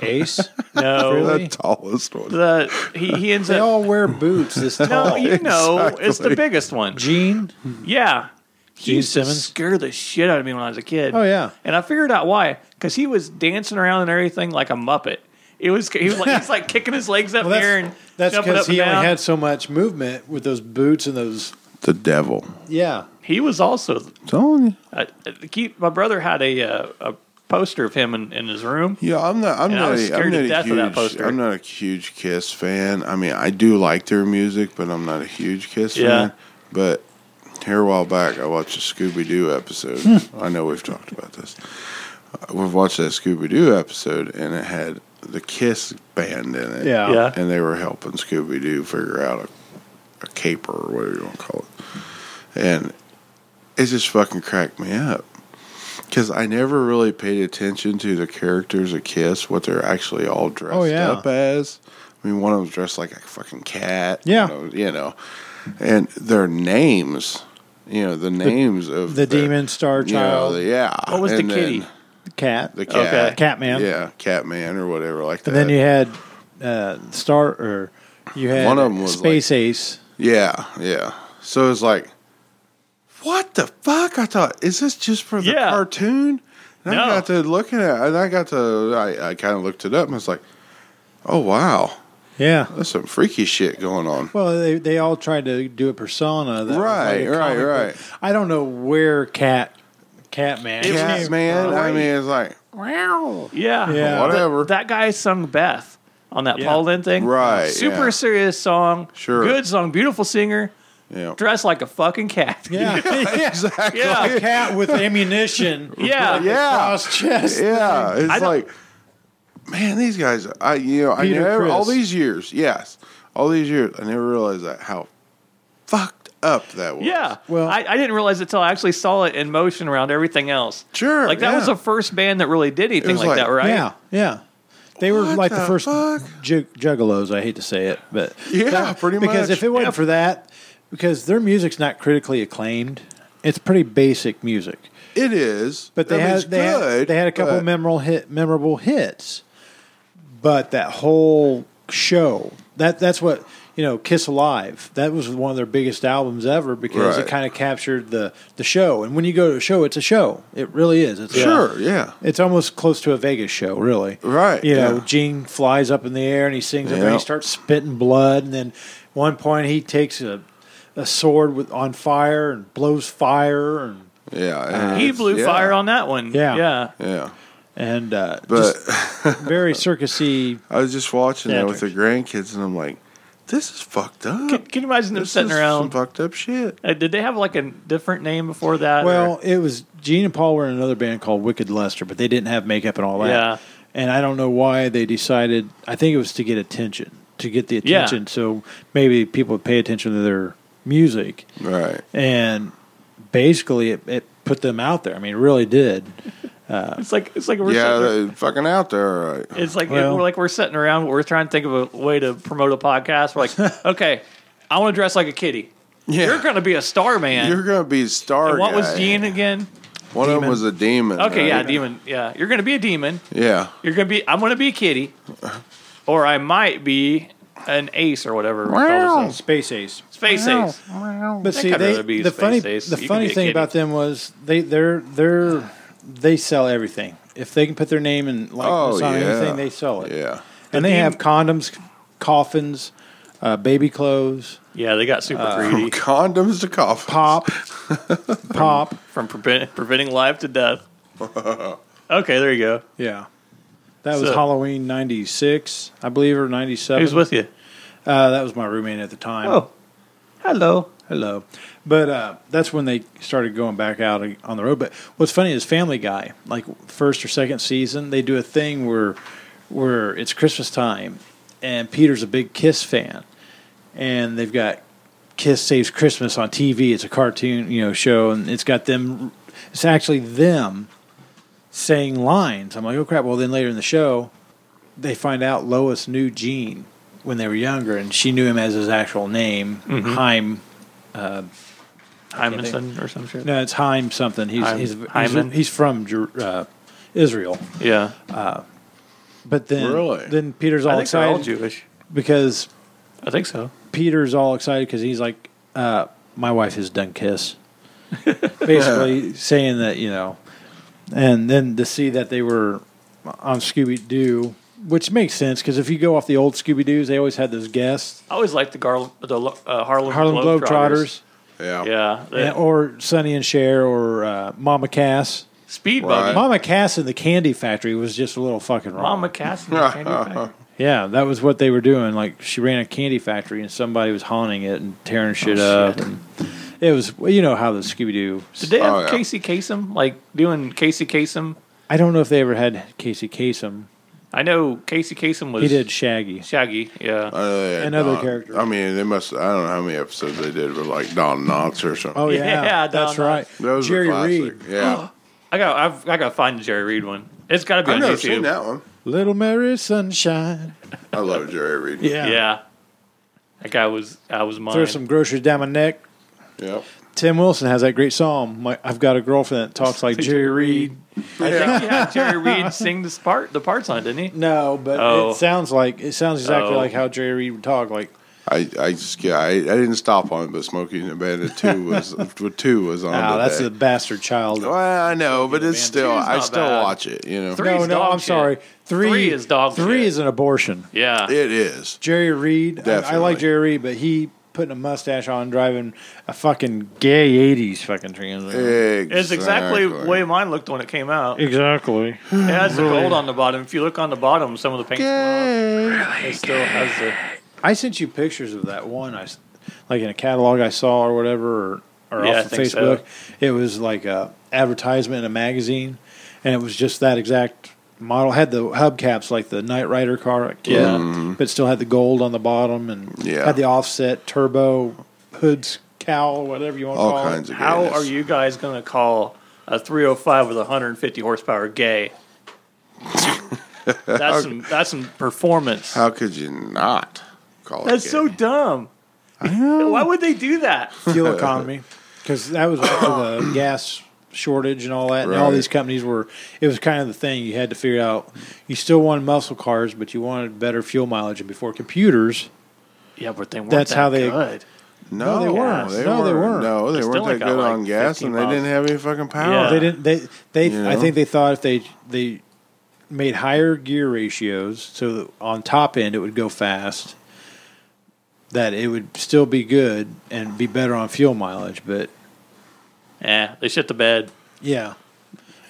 Speaker 3: Ace?
Speaker 5: you.
Speaker 4: No,
Speaker 3: Really?
Speaker 5: The tallest one.
Speaker 4: the he he ends
Speaker 3: they
Speaker 4: up.
Speaker 3: all wear boots this tall.
Speaker 4: No, you know it's the
Speaker 5: Exactly.
Speaker 4: biggest one.
Speaker 3: Gene?
Speaker 4: Yeah.
Speaker 3: Gene
Speaker 4: He used to
Speaker 3: Simmons?
Speaker 4: scare the shit out of me when I was a kid.
Speaker 3: Oh, yeah.
Speaker 4: and I figured out why because he was dancing around and everything like a muppet. It was he was like he's like kicking his legs up
Speaker 3: Well,
Speaker 4: there and
Speaker 3: that's that's
Speaker 4: jumping
Speaker 3: because
Speaker 4: up and
Speaker 3: he only
Speaker 4: down.
Speaker 3: had so much movement with those boots and those.
Speaker 5: The devil.
Speaker 3: Yeah.
Speaker 4: He was also
Speaker 5: I'm telling you.
Speaker 4: I, I keep, my brother had a uh, a poster of him in, in his room.
Speaker 5: Yeah, I'm not. I'm
Speaker 4: And I
Speaker 5: not.
Speaker 4: was
Speaker 5: A, I'm
Speaker 4: scared to
Speaker 5: not a
Speaker 4: death
Speaker 5: huge.
Speaker 4: of that poster.
Speaker 5: I'm not a huge Kiss fan. I mean, I do like their music, but I'm not a huge Kiss
Speaker 4: Yeah.
Speaker 5: fan. But here a while back, I watched a Scooby Doo episode.
Speaker 4: Hmm.
Speaker 5: I know we've talked about this. Uh, We've watched that Scooby Doo episode, and it had the Kiss band in it.
Speaker 3: Yeah.
Speaker 4: Yeah.
Speaker 5: and they were helping Scooby Doo figure out a, a caper or whatever you want to call it, and it just fucking cracked me up because I never really paid attention to the characters of Kiss, what they're actually all dressed
Speaker 3: Oh, yeah.
Speaker 5: up as. I mean, one of them's dressed like a fucking cat.
Speaker 3: Yeah.
Speaker 5: you know, you know. and their names, you know, the names of
Speaker 3: the
Speaker 5: their-
Speaker 3: demon, star
Speaker 5: you know,
Speaker 3: child,
Speaker 5: the- yeah.
Speaker 4: What was the
Speaker 5: and then
Speaker 4: kitty?
Speaker 3: cat.
Speaker 5: The cat,
Speaker 4: Okay.
Speaker 3: Catman.
Speaker 5: yeah, Catman or whatever like that.
Speaker 3: And then you had uh, Star, or you had
Speaker 5: One of 'em was
Speaker 3: Space Ace.
Speaker 5: Yeah, yeah. So it's like, what the fuck? I thought, is this just for the
Speaker 4: Yeah.
Speaker 5: cartoon? And I
Speaker 4: No.
Speaker 5: got to looking at it, and I got to, I, I kind of looked it up and I was like, oh, wow.
Speaker 3: Yeah.
Speaker 5: That's some freaky shit going on.
Speaker 3: Well, they, they all tried to do a persona. That was
Speaker 5: Right,
Speaker 3: like a
Speaker 5: right,
Speaker 3: comic book.
Speaker 5: right.
Speaker 3: I don't know where Cat Catman.
Speaker 4: It was-
Speaker 5: Cat man, I mean, it's like,
Speaker 4: Yeah,
Speaker 3: Yeah.
Speaker 5: Whatever.
Speaker 4: Th- that guy sung Beth on that Paul Lynn thing.
Speaker 5: Right,
Speaker 4: Super
Speaker 5: yeah.
Speaker 4: serious song.
Speaker 5: Sure.
Speaker 4: Good song. Beautiful singer.
Speaker 5: yeah.
Speaker 4: Dressed like a fucking cat.
Speaker 3: Yeah. yeah.
Speaker 5: Exactly.
Speaker 4: Yeah.
Speaker 3: A cat with ammunition.
Speaker 4: Yeah.
Speaker 5: Yeah.
Speaker 3: Cross chest.
Speaker 5: Yeah, it's
Speaker 4: I don't-
Speaker 5: like, man, these guys. I you know
Speaker 3: Peter
Speaker 5: I never
Speaker 3: Criss.
Speaker 5: all these years. Yes, all these years. I never realized that how fucked up that was.
Speaker 4: Yeah.
Speaker 3: Well-
Speaker 4: I, I didn't realize it until I actually saw it in motion around everything else.
Speaker 5: Sure,
Speaker 4: Like that
Speaker 5: yeah.
Speaker 4: was the first band that really did anything
Speaker 5: was
Speaker 4: like,
Speaker 5: like-
Speaker 4: that, right?
Speaker 3: Yeah, yeah. They were
Speaker 5: What
Speaker 3: like the,
Speaker 5: the
Speaker 3: first
Speaker 5: fuck?
Speaker 3: ju- juggalos. I hate to say it, but
Speaker 5: Yeah,
Speaker 3: that-
Speaker 5: pretty
Speaker 3: Because
Speaker 5: much.
Speaker 3: if it wasn't for that, because their music's not critically acclaimed, it's pretty basic music.
Speaker 5: it is.
Speaker 3: But they
Speaker 5: I mean,
Speaker 3: had
Speaker 5: it's
Speaker 3: they, had
Speaker 5: good,
Speaker 3: they had a couple
Speaker 5: but-
Speaker 3: of memorable hit memorable hits, but that whole show that that's what you know Kiss Alive that was one of their biggest albums ever because
Speaker 5: Right.
Speaker 3: it kind of captured the the show. And when you go to a show, it's a show. It really is. It's a-
Speaker 5: Sure, yeah.
Speaker 3: It's almost close to a Vegas show, really.
Speaker 5: Right,
Speaker 3: You know,
Speaker 5: yeah.
Speaker 3: Gene flies up in the air and he sings up and
Speaker 5: Yeah.
Speaker 3: he starts spitting blood. And then one point he takes a, a sword with on fire and blows fire and
Speaker 5: Yeah, and
Speaker 4: He
Speaker 5: it's-
Speaker 4: blew
Speaker 5: yeah,
Speaker 4: fire on that one.
Speaker 3: Yeah.
Speaker 4: Yeah.
Speaker 5: Yeah,
Speaker 3: and uh,
Speaker 5: but
Speaker 3: just very circusy.
Speaker 5: I was just watching that with the
Speaker 3: Theatrics.
Speaker 5: grandkids, and I'm like, this is fucked up.
Speaker 4: Can, can you imagine them
Speaker 5: this
Speaker 4: sitting
Speaker 5: is some
Speaker 4: around?
Speaker 5: fucked up shit.
Speaker 4: Uh, did they have like a different name before that? or-
Speaker 3: Well, it was Gene and Paul were in another band called Wicked Lester, but they didn't have makeup and all that.
Speaker 4: Yeah.
Speaker 3: And I don't know why they decided. I think it was to get attention, to get the
Speaker 4: Yeah.
Speaker 3: attention, so maybe people would pay attention to their music.
Speaker 5: Right.
Speaker 3: and basically it, it put them out there. I mean, it really did.
Speaker 4: it's like it's like we're
Speaker 5: Yeah,
Speaker 4: sitting-
Speaker 5: they're fucking out there. Right.
Speaker 4: It's like
Speaker 3: Well-
Speaker 4: we're like we're sitting around. We're trying to think of a way to promote a podcast. We're like, okay, I want to dress like a kitty.
Speaker 5: Yeah.
Speaker 4: You're going to be a star man.
Speaker 5: You're gonna be star.
Speaker 4: and what was
Speaker 5: guy.
Speaker 4: Gene again?
Speaker 5: One of them was a demon.
Speaker 4: Okay, yeah,
Speaker 5: right?
Speaker 4: demon. Yeah, you're going to be a demon.
Speaker 5: Yeah,
Speaker 4: You're going to be. I'm going to be a kitty, or I might be an ace or whatever. we call ourselves.
Speaker 3: Space Ace.
Speaker 4: Space ace.
Speaker 3: But see,
Speaker 4: I'd
Speaker 3: they,
Speaker 4: rather be
Speaker 3: the
Speaker 4: Space
Speaker 3: funny
Speaker 4: Ace.
Speaker 3: the
Speaker 4: You can
Speaker 3: funny
Speaker 4: be a
Speaker 3: thing
Speaker 4: kid.
Speaker 3: about them was they they're they're they sell everything. If they can put their name and likeness
Speaker 5: Oh,
Speaker 3: on
Speaker 5: yeah.
Speaker 3: anything, they sell it.
Speaker 5: Yeah.
Speaker 3: And they have condoms, coffins, uh, baby clothes,
Speaker 4: Yeah, they got super greedy
Speaker 5: Condoms to coffins.
Speaker 3: pop, pop.
Speaker 4: from prevent, preventing life to death. okay, there you go.
Speaker 3: Yeah, that was
Speaker 4: So-
Speaker 3: Halloween '96, I believe, or '97.
Speaker 4: Who's with you?
Speaker 3: Uh, that was my roommate at the time.
Speaker 4: Oh, hello.
Speaker 3: hello. But uh, that's when they started going back out on the road. But what's funny is Family Guy, like first or second season, they do a thing where where it's Christmas time, and Peter's a big Kiss fan, and they've got Kiss Saves Christmas on TV. It's a cartoon, you know, show, and it's got them. It's actually them saying lines. I'm like, oh crap. Well, then later in the show, they find out Lois knew Gene when they were younger, and she knew him as his actual name, Heim.
Speaker 4: Hymanson or some shit.
Speaker 3: No, it's Heim something. He's
Speaker 4: Heim-
Speaker 3: he's, he's,
Speaker 4: Hyman?
Speaker 3: he's from Jer- uh, Israel,
Speaker 4: Yeah.
Speaker 3: but then
Speaker 5: Really?
Speaker 3: then Peter's all
Speaker 4: I think they're
Speaker 3: excited
Speaker 4: all Jewish.
Speaker 3: because
Speaker 4: I think so.
Speaker 3: Peter's all excited because he's like, uh, my wife has done kiss, basically saying that you know, and then to see that they were on Scooby Doo, which makes sense because if you go off the old Scooby Doo's, they always had those guests,
Speaker 4: I always liked the, Gar- the uh, Harlem,
Speaker 3: Harlem Globetrotters,
Speaker 5: Yeah.
Speaker 4: Yeah. they-
Speaker 3: and- or Sonny and Cher, or uh, Mama Cass.
Speaker 4: speed
Speaker 5: Right.
Speaker 4: buggy.
Speaker 3: Mama Cass in the Candy Factory was just a little fucking wrong.
Speaker 4: Mama Cassidy. Candy Factory.
Speaker 3: Yeah, that was what they were doing. Like she ran a candy factory, and somebody was haunting it and tearing shit up. And it was, well, you know how the Scooby Doo.
Speaker 4: Did they have
Speaker 5: Oh, yeah.
Speaker 4: Casey Kasem? Like doing Casey Kasem?
Speaker 3: I don't know if they ever had Casey Kasem.
Speaker 4: I know Casey Kasem was
Speaker 3: He did Shaggy.
Speaker 4: Shaggy. Yeah.
Speaker 5: I know they had
Speaker 3: Another
Speaker 5: Oh, Don-
Speaker 3: character.
Speaker 5: I mean, they must. I don't know how many episodes they did, but like Don Knox or something.
Speaker 3: Oh yeah,
Speaker 4: Yeah, Don
Speaker 3: that's
Speaker 4: Knotts.
Speaker 3: right.
Speaker 5: Those
Speaker 3: Jerry
Speaker 5: were classic.
Speaker 3: Reed,
Speaker 5: Yeah,
Speaker 4: I got. I've, I got to find the Jerry Reed one. It's got to be
Speaker 5: I've
Speaker 4: on
Speaker 5: never
Speaker 4: YouTube.
Speaker 5: seen that one.
Speaker 3: Little Mary Sunshine.
Speaker 5: I love Jerry Reed.
Speaker 4: Yeah. That guy was. I was mine.
Speaker 3: Throw some groceries down my neck.
Speaker 5: Yep.
Speaker 3: Tim Wilson has that great song. My, I've got a girlfriend that talks like Jerry Reed.
Speaker 4: I think he had Jerry Reed sing this part, the parts on it, didn't he?
Speaker 3: No, but
Speaker 4: Oh.
Speaker 3: it sounds like it sounds exactly
Speaker 4: Oh.
Speaker 3: like how Jerry Reed would talk. Like
Speaker 5: I, I just yeah I, I didn't stop on it, but Smokey and the Bandit two was two was on.
Speaker 3: wow, "Ah, that's
Speaker 5: today.
Speaker 3: the bastard child.
Speaker 5: Well, I know, but it's still
Speaker 4: Two's
Speaker 5: I
Speaker 4: not
Speaker 5: still
Speaker 4: bad.
Speaker 5: watch it. You know,
Speaker 4: Three-
Speaker 3: no,
Speaker 4: Three's
Speaker 3: no,
Speaker 4: dog
Speaker 3: I'm
Speaker 4: shit.
Speaker 3: sorry. Three,
Speaker 4: Three is dog
Speaker 3: Three
Speaker 4: shit.
Speaker 3: is an abortion.
Speaker 4: Yeah.
Speaker 5: it is.
Speaker 3: Jerry Reed. I, I like
Speaker 5: Definitely.
Speaker 3: Jerry Reed, but he putting a mustache on, driving a fucking gay '80s fucking trans.
Speaker 5: Exactly.
Speaker 4: It's exactly the way mine looked when it came out. It
Speaker 3: Exactly.
Speaker 4: has the gold on the bottom. If you look on the bottom, some of the paint's gone off. It still has the.
Speaker 3: I sent you pictures of that one. I s- like in a catalog I saw or whatever, or, or
Speaker 4: Yeah, I
Speaker 3: off of
Speaker 4: think so.
Speaker 3: Facebook. It was like a advertisement in a magazine, and it was just that exact model. Had the hubcaps like the Knight Rider car, yeah, but still had the gold on the bottom and
Speaker 5: Yeah.
Speaker 3: had the offset turbo hoods cowl, whatever you want.
Speaker 5: All
Speaker 3: to call
Speaker 5: kinds
Speaker 3: it.
Speaker 5: of
Speaker 4: How
Speaker 5: gayness.
Speaker 4: are you guys going to call a 305 with 150 horsepower gay? that's some. That's some performance.
Speaker 5: How could you not call
Speaker 4: that's
Speaker 5: it?
Speaker 4: so dumb. Why would they do that?
Speaker 3: fuel economy because that was after the gas shortage and all that. And all
Speaker 5: Right.
Speaker 3: these companies were, it was kind of the thing you had to figure out. You still wanted muscle cars, but you wanted better fuel mileage. And before computers,
Speaker 4: Yeah, but they weren't
Speaker 3: That's
Speaker 4: that
Speaker 3: how they-
Speaker 4: good.
Speaker 5: No,
Speaker 3: they weren't. No, they weren't.
Speaker 5: No, they
Speaker 4: They
Speaker 5: weren't
Speaker 4: still
Speaker 5: that
Speaker 4: got
Speaker 5: good
Speaker 4: like
Speaker 5: on gas,
Speaker 4: 15
Speaker 5: and they
Speaker 4: miles.
Speaker 5: didn't have any fucking power.
Speaker 4: Yeah.
Speaker 3: they didn't, they, they,
Speaker 5: You
Speaker 3: I
Speaker 5: know?
Speaker 3: think they thought if they, they made higher gear ratios, so that on top end it would go fast, that it would still be good and be better on fuel mileage. But
Speaker 4: Yeah, they shit the bed.
Speaker 3: Yeah.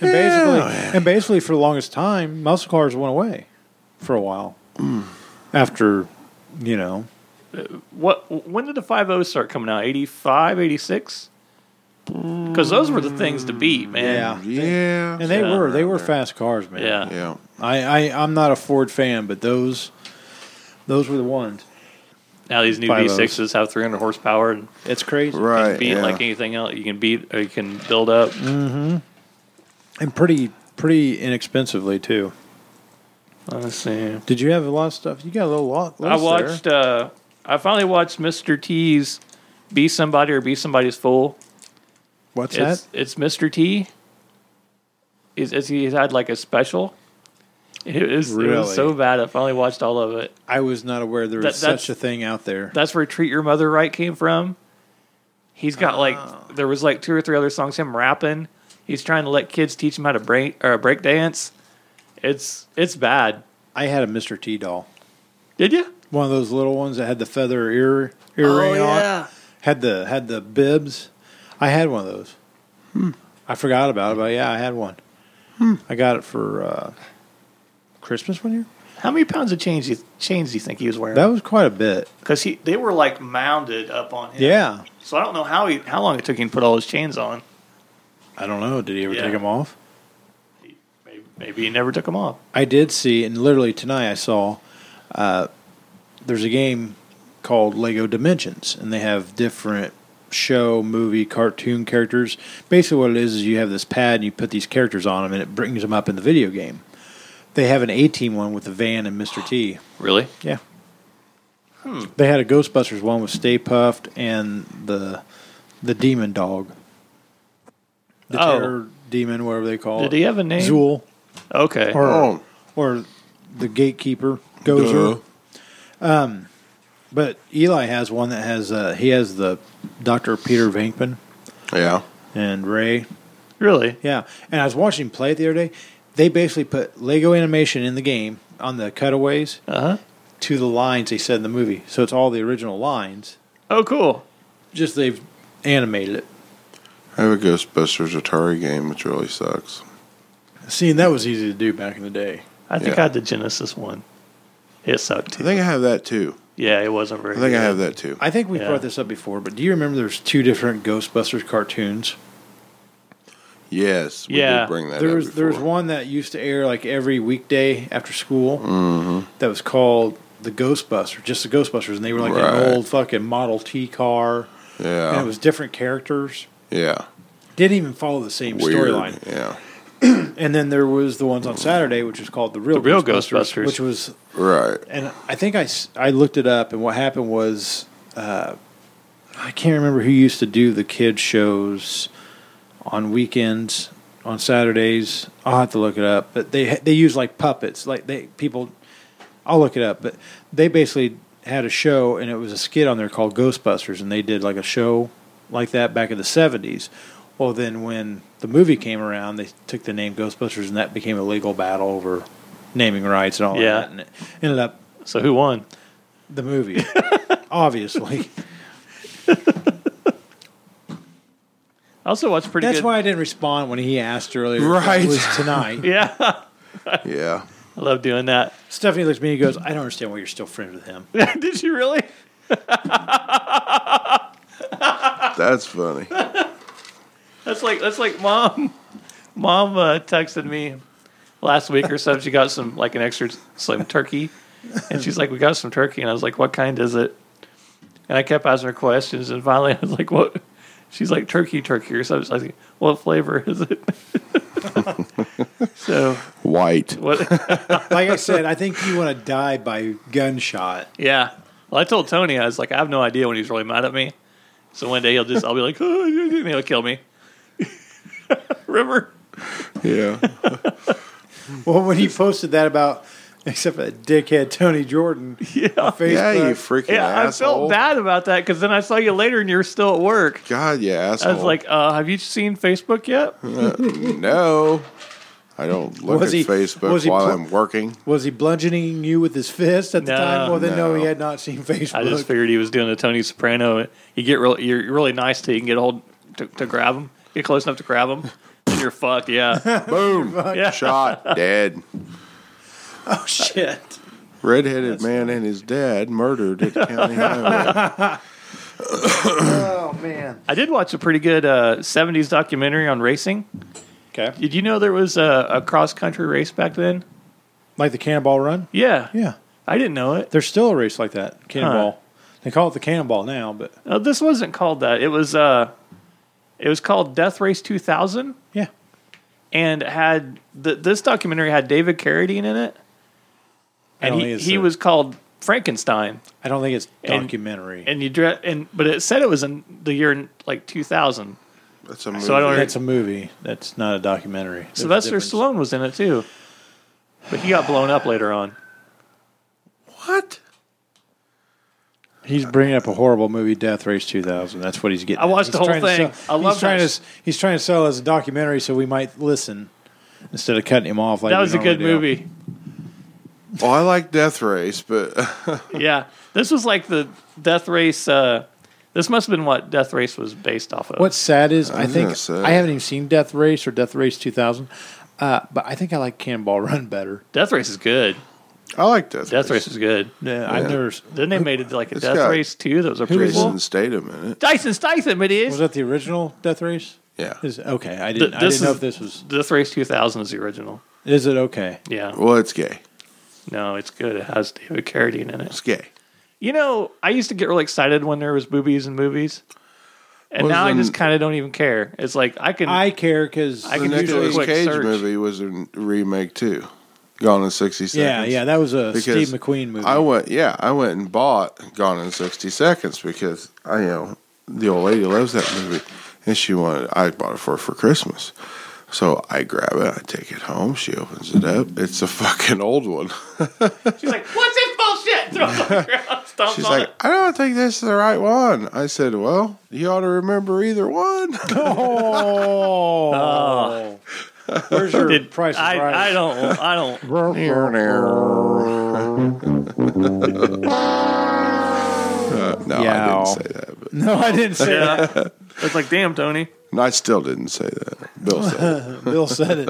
Speaker 3: And basically, and basically for the longest time, muscle cars went away for a while. After, you know,
Speaker 4: What? When did the 50 start coming out? 85, 86? Because those were the things to beat, man.
Speaker 5: Yeah.
Speaker 3: and they
Speaker 4: Yeah.
Speaker 3: were they were fast cars, man.
Speaker 4: Yeah.
Speaker 5: yeah.
Speaker 3: I, I I'm not a Ford fan, but those those were the ones.
Speaker 4: Now these new
Speaker 3: 50s.
Speaker 4: V6s have 300 horsepower and
Speaker 3: It's crazy
Speaker 4: can
Speaker 5: Right.
Speaker 4: beat
Speaker 5: yeah.
Speaker 4: like anything else. You can beat or you can build up.
Speaker 3: and pretty pretty inexpensively too.
Speaker 4: Let's see.
Speaker 3: Did you have a lot of stuff? You got a little lot.
Speaker 4: I
Speaker 3: list
Speaker 4: watched.
Speaker 3: there.
Speaker 4: Uh, I finally watched Mr. T's "Be Somebody or Be Somebody's Fool."
Speaker 3: What's
Speaker 4: It's
Speaker 3: that?
Speaker 4: it's Mr. T. Is is he had like a special? It was, it
Speaker 3: Really?
Speaker 4: was so bad. I finally watched all of it.
Speaker 3: I was not aware there
Speaker 4: That-
Speaker 3: was
Speaker 4: that's-
Speaker 3: such a thing out there.
Speaker 4: That's where "Treat Your Mother Right" came from. He's got like there was like two or three other songs him rapping. He's trying to let kids teach him how to break or break dance. It's it's bad.
Speaker 3: I had a Mr. T doll,
Speaker 4: Did you?
Speaker 3: one of those little ones that had the feather ear earring on, had the had the bibs. I had one of those. I forgot about it, but yeah, I had one. I got it for uh, Christmas one year.
Speaker 4: How many pounds of change you, chains do you think he was
Speaker 3: That
Speaker 4: wearing?
Speaker 3: was quite a bit.
Speaker 4: Because he they were like mounded up on him.
Speaker 3: Yeah.
Speaker 4: So I don't know how he how long it took him to put all his chains on.
Speaker 3: I don't know. Did he ever
Speaker 4: Yeah.
Speaker 3: take them off?
Speaker 4: Maybe, maybe he never took them off.
Speaker 3: I did see, and literally tonight I saw. Uh, there's a game called Lego Dimensions, and they have different show, movie, cartoon characters. Basically, what it is is you have this pad and you put these characters on them, and it brings them up in the video game. They have an A Team one with the van and Mr. T.
Speaker 4: Really?
Speaker 3: Yeah.
Speaker 4: Hmm.
Speaker 3: They had a Ghostbusters one with Stay Puffed and the the demon dog. The
Speaker 4: Oh.
Speaker 3: terror demon, whatever they call it.
Speaker 4: Did he have a name?
Speaker 3: Zool
Speaker 4: Okay.
Speaker 3: or
Speaker 5: Oh.
Speaker 3: or the gatekeeper gozer.
Speaker 5: Duh.
Speaker 3: Um, but Eli has one that has uh, he has the Doctor Peter Venkman
Speaker 5: Yeah.
Speaker 3: and Ray.
Speaker 4: really?
Speaker 3: Yeah, and I was watching him play it the other day. They basically put Lego animation in the game on the cutaways
Speaker 4: Uh huh.
Speaker 3: to the lines they said in the movie, so it's all the original lines.
Speaker 4: Oh, cool.
Speaker 3: Just they've animated it.
Speaker 5: I have a Ghostbusters Atari game, which really sucks.
Speaker 3: Seeing that was easy to do back in the day.
Speaker 4: I think
Speaker 5: Yeah.
Speaker 4: I had the Genesis one. It sucked
Speaker 5: I
Speaker 4: too.
Speaker 5: think I have that too.
Speaker 4: yeah, it wasn't very.
Speaker 5: I think I
Speaker 4: good.
Speaker 5: have that too.
Speaker 3: I think we
Speaker 4: Yeah.
Speaker 3: brought this up before, but do you remember there's two different Ghostbusters cartoons?
Speaker 5: Yes, we
Speaker 4: Yeah.
Speaker 5: did bring that
Speaker 3: There
Speaker 5: up
Speaker 3: was there was
Speaker 5: before.
Speaker 3: one that used to air like every weekday after school
Speaker 5: Hmm. Mm-hmm.
Speaker 3: that was called the Ghostbusters, just the Ghostbusters, and they were like
Speaker 5: Right.
Speaker 3: an old fucking Model T car,
Speaker 5: Yeah.
Speaker 3: and it was different characters.
Speaker 5: yeah.
Speaker 3: Didn't even follow the same
Speaker 5: Weird.
Speaker 3: storyline.
Speaker 5: Yeah.
Speaker 3: And then there was the ones on Saturday, which was called the Real,
Speaker 4: The Real Ghostbusters.
Speaker 3: which was
Speaker 5: Right.
Speaker 3: and I think I, s- I looked it up, and what happened was uh, I can't remember who used to do the kid shows on weekends on Saturdays. I'll have to look it up, but they they use like puppets, like they people. I'll look it up, but they basically had a show, and it was a skit on there called Ghostbusters, and they did like a show like that back in the seventies. Well, then when the movie came around, they took the name Ghostbusters, and that became a legal battle over naming rights and all
Speaker 4: Yeah.
Speaker 3: that, and it ended up
Speaker 4: So who won?
Speaker 3: the movie, obviously.
Speaker 4: I also watched pretty.
Speaker 3: That's
Speaker 4: good.
Speaker 3: why I didn't respond when he asked earlier. if
Speaker 5: Right.
Speaker 3: it was tonight.
Speaker 4: Yeah, I
Speaker 5: Yeah.
Speaker 4: love doing that.
Speaker 3: Stephanie looks at me and goes, "I don't understand why you're still friends with him."
Speaker 4: Did you really?
Speaker 5: That's funny.
Speaker 4: That's like that's like mom. Mom uh, texted me last week or so. She got some like an extra some turkey, and she's like, "We got some turkey," and I was like, "What kind is it?" And I kept asking her questions, and finally, I was like, "What?" She's like, "Turkey, turkey," or something. I was like, "What flavor is it?" so
Speaker 5: White.
Speaker 4: what?
Speaker 3: Like I said, I think you want to die by gunshot.
Speaker 4: Yeah. Well, I told Tony, I was like, I have no idea when he's really mad at me. So one day he'll just, I'll be like, oh, and he'll kill me. River.
Speaker 5: Yeah.
Speaker 3: Well, when he posted that about, except for that dickhead Tony Jordan, yeah, on Facebook,
Speaker 5: yeah, you freaking
Speaker 4: Yeah,
Speaker 5: asshole.
Speaker 4: I felt bad about that because then I saw you later and you're still at work.
Speaker 5: God, you asshole.
Speaker 4: I was like, uh, have you seen Facebook yet?
Speaker 5: Hmm. no. I don't look
Speaker 3: Was
Speaker 5: at
Speaker 3: he-
Speaker 5: Facebook
Speaker 3: was he
Speaker 5: while
Speaker 3: pl-
Speaker 5: I'm working.
Speaker 3: was he bludgeoning you with his fist at the
Speaker 4: No,
Speaker 3: time? Well, then no.
Speaker 5: no.
Speaker 3: he had not seen Facebook.
Speaker 4: I just figured he was doing a Tony Soprano. You get real, you're really nice till you can get hold to, to grab him, get close enough to grab him. And you're fucked, yeah.
Speaker 5: Boom.
Speaker 4: Yeah.
Speaker 5: Shot. Dead.
Speaker 3: oh shit!
Speaker 5: Redheaded man and his dad murdered at County Highway.
Speaker 3: Oh man.
Speaker 4: I did watch a pretty good uh, 70s documentary on racing.
Speaker 3: Okay.
Speaker 4: Did you know there was a, a cross country race back then?
Speaker 3: Like the Cannonball Run?
Speaker 4: Yeah.
Speaker 3: Yeah.
Speaker 4: I didn't know it.
Speaker 3: There's still a race like that, Cannonball. They call it the Cannonball now, but
Speaker 4: No, Uh, this wasn't called that. It was uh it was called Death Race 2000
Speaker 3: yeah.
Speaker 4: and it had th- this documentary had David Carradine in it
Speaker 3: I
Speaker 4: and
Speaker 3: don't
Speaker 4: he,
Speaker 3: think it's
Speaker 4: he
Speaker 3: a-
Speaker 4: was called Frankenstein
Speaker 3: I don't think it's
Speaker 4: And-
Speaker 3: documentary.
Speaker 4: and you dre- and but it said it was in the year like 2000.
Speaker 5: That's a movie.
Speaker 4: So I don't-
Speaker 3: that's a movie. That's not a documentary. There's a
Speaker 4: Sylvester
Speaker 3: difference.
Speaker 4: Stallone was in it too. But he got blown up later on.
Speaker 5: What?
Speaker 3: He's bringing up a horrible movie, Death Race 2000. That's what he's getting.
Speaker 4: I
Speaker 3: at.
Speaker 4: watched
Speaker 3: He's
Speaker 4: the whole
Speaker 3: trying to
Speaker 4: thing.
Speaker 3: sell-
Speaker 4: I love
Speaker 3: he's trying
Speaker 4: that.
Speaker 3: to. He's trying to sell us a documentary, so we might listen instead of cutting him off. Like
Speaker 4: That
Speaker 3: we
Speaker 4: was a
Speaker 3: normally
Speaker 4: good
Speaker 3: do.
Speaker 4: movie.
Speaker 5: Well, I like Death Race, but
Speaker 4: Yeah, this was like the Death Race. Uh, this must have been what Death Race was based off of.
Speaker 3: What's sad is I,
Speaker 5: was
Speaker 3: think
Speaker 5: gonna say.
Speaker 3: I haven't even seen Death Race or Death Race 2000, uh, but I think I like Cannonball Run better.
Speaker 4: Death Race is good.
Speaker 5: I like Death,
Speaker 4: Death Race is good.
Speaker 3: Yeah, I've never. s-
Speaker 4: Then they made it like a
Speaker 5: It's
Speaker 4: Death
Speaker 5: got-
Speaker 4: Race too. That was a
Speaker 5: Jason
Speaker 4: prequel.
Speaker 5: Statham in it.
Speaker 4: Dyson Statham, it is.
Speaker 3: Was that the original Death Race?
Speaker 5: Yeah.
Speaker 3: Is okay. I didn't. I
Speaker 4: this
Speaker 3: didn't know
Speaker 4: is-
Speaker 3: if this was.
Speaker 4: Death Race 2000 is the original.
Speaker 3: Is it okay?
Speaker 4: Yeah.
Speaker 5: Well, it's gay.
Speaker 4: No, it's good. It has David Carradine in it.
Speaker 5: It's gay.
Speaker 4: You know, I used to get really excited when there was boobies and movies, and
Speaker 5: Well,
Speaker 4: now I
Speaker 5: then-
Speaker 4: just kind of don't even care. It's like I can.
Speaker 3: I care because
Speaker 4: I
Speaker 5: The
Speaker 4: can do a
Speaker 5: Nicolas
Speaker 4: quick
Speaker 5: Cage
Speaker 4: search.
Speaker 5: movie was a remake too. Gone in sixty seconds.
Speaker 3: Yeah, yeah, that was a
Speaker 5: Because
Speaker 3: Steve McQueen movie.
Speaker 5: I went, yeah, I went and bought Gone in 60 Seconds because I, you know, the old lady loves that movie and she wanted, I bought it for her for Christmas. So I grab it, I take it home, she opens it up. It's a fucking old one.
Speaker 4: She's like, "What's this bullshit?" Throws it on the ground, stomps
Speaker 5: She's
Speaker 4: on
Speaker 5: like,
Speaker 4: it.
Speaker 5: I don't think this is the right one. I said, Well, you ought to remember either one.
Speaker 3: oh, where's your
Speaker 4: Did-
Speaker 3: price? Is
Speaker 4: I,
Speaker 3: Right?
Speaker 4: I don't. I don't.
Speaker 5: uh, no,
Speaker 3: Yow.
Speaker 5: I didn't say that. But,
Speaker 3: No, I didn't say that.
Speaker 4: Yeah. It's like, damn, Tony.
Speaker 5: and I still didn't say that. Bill said it.
Speaker 3: Bill said it.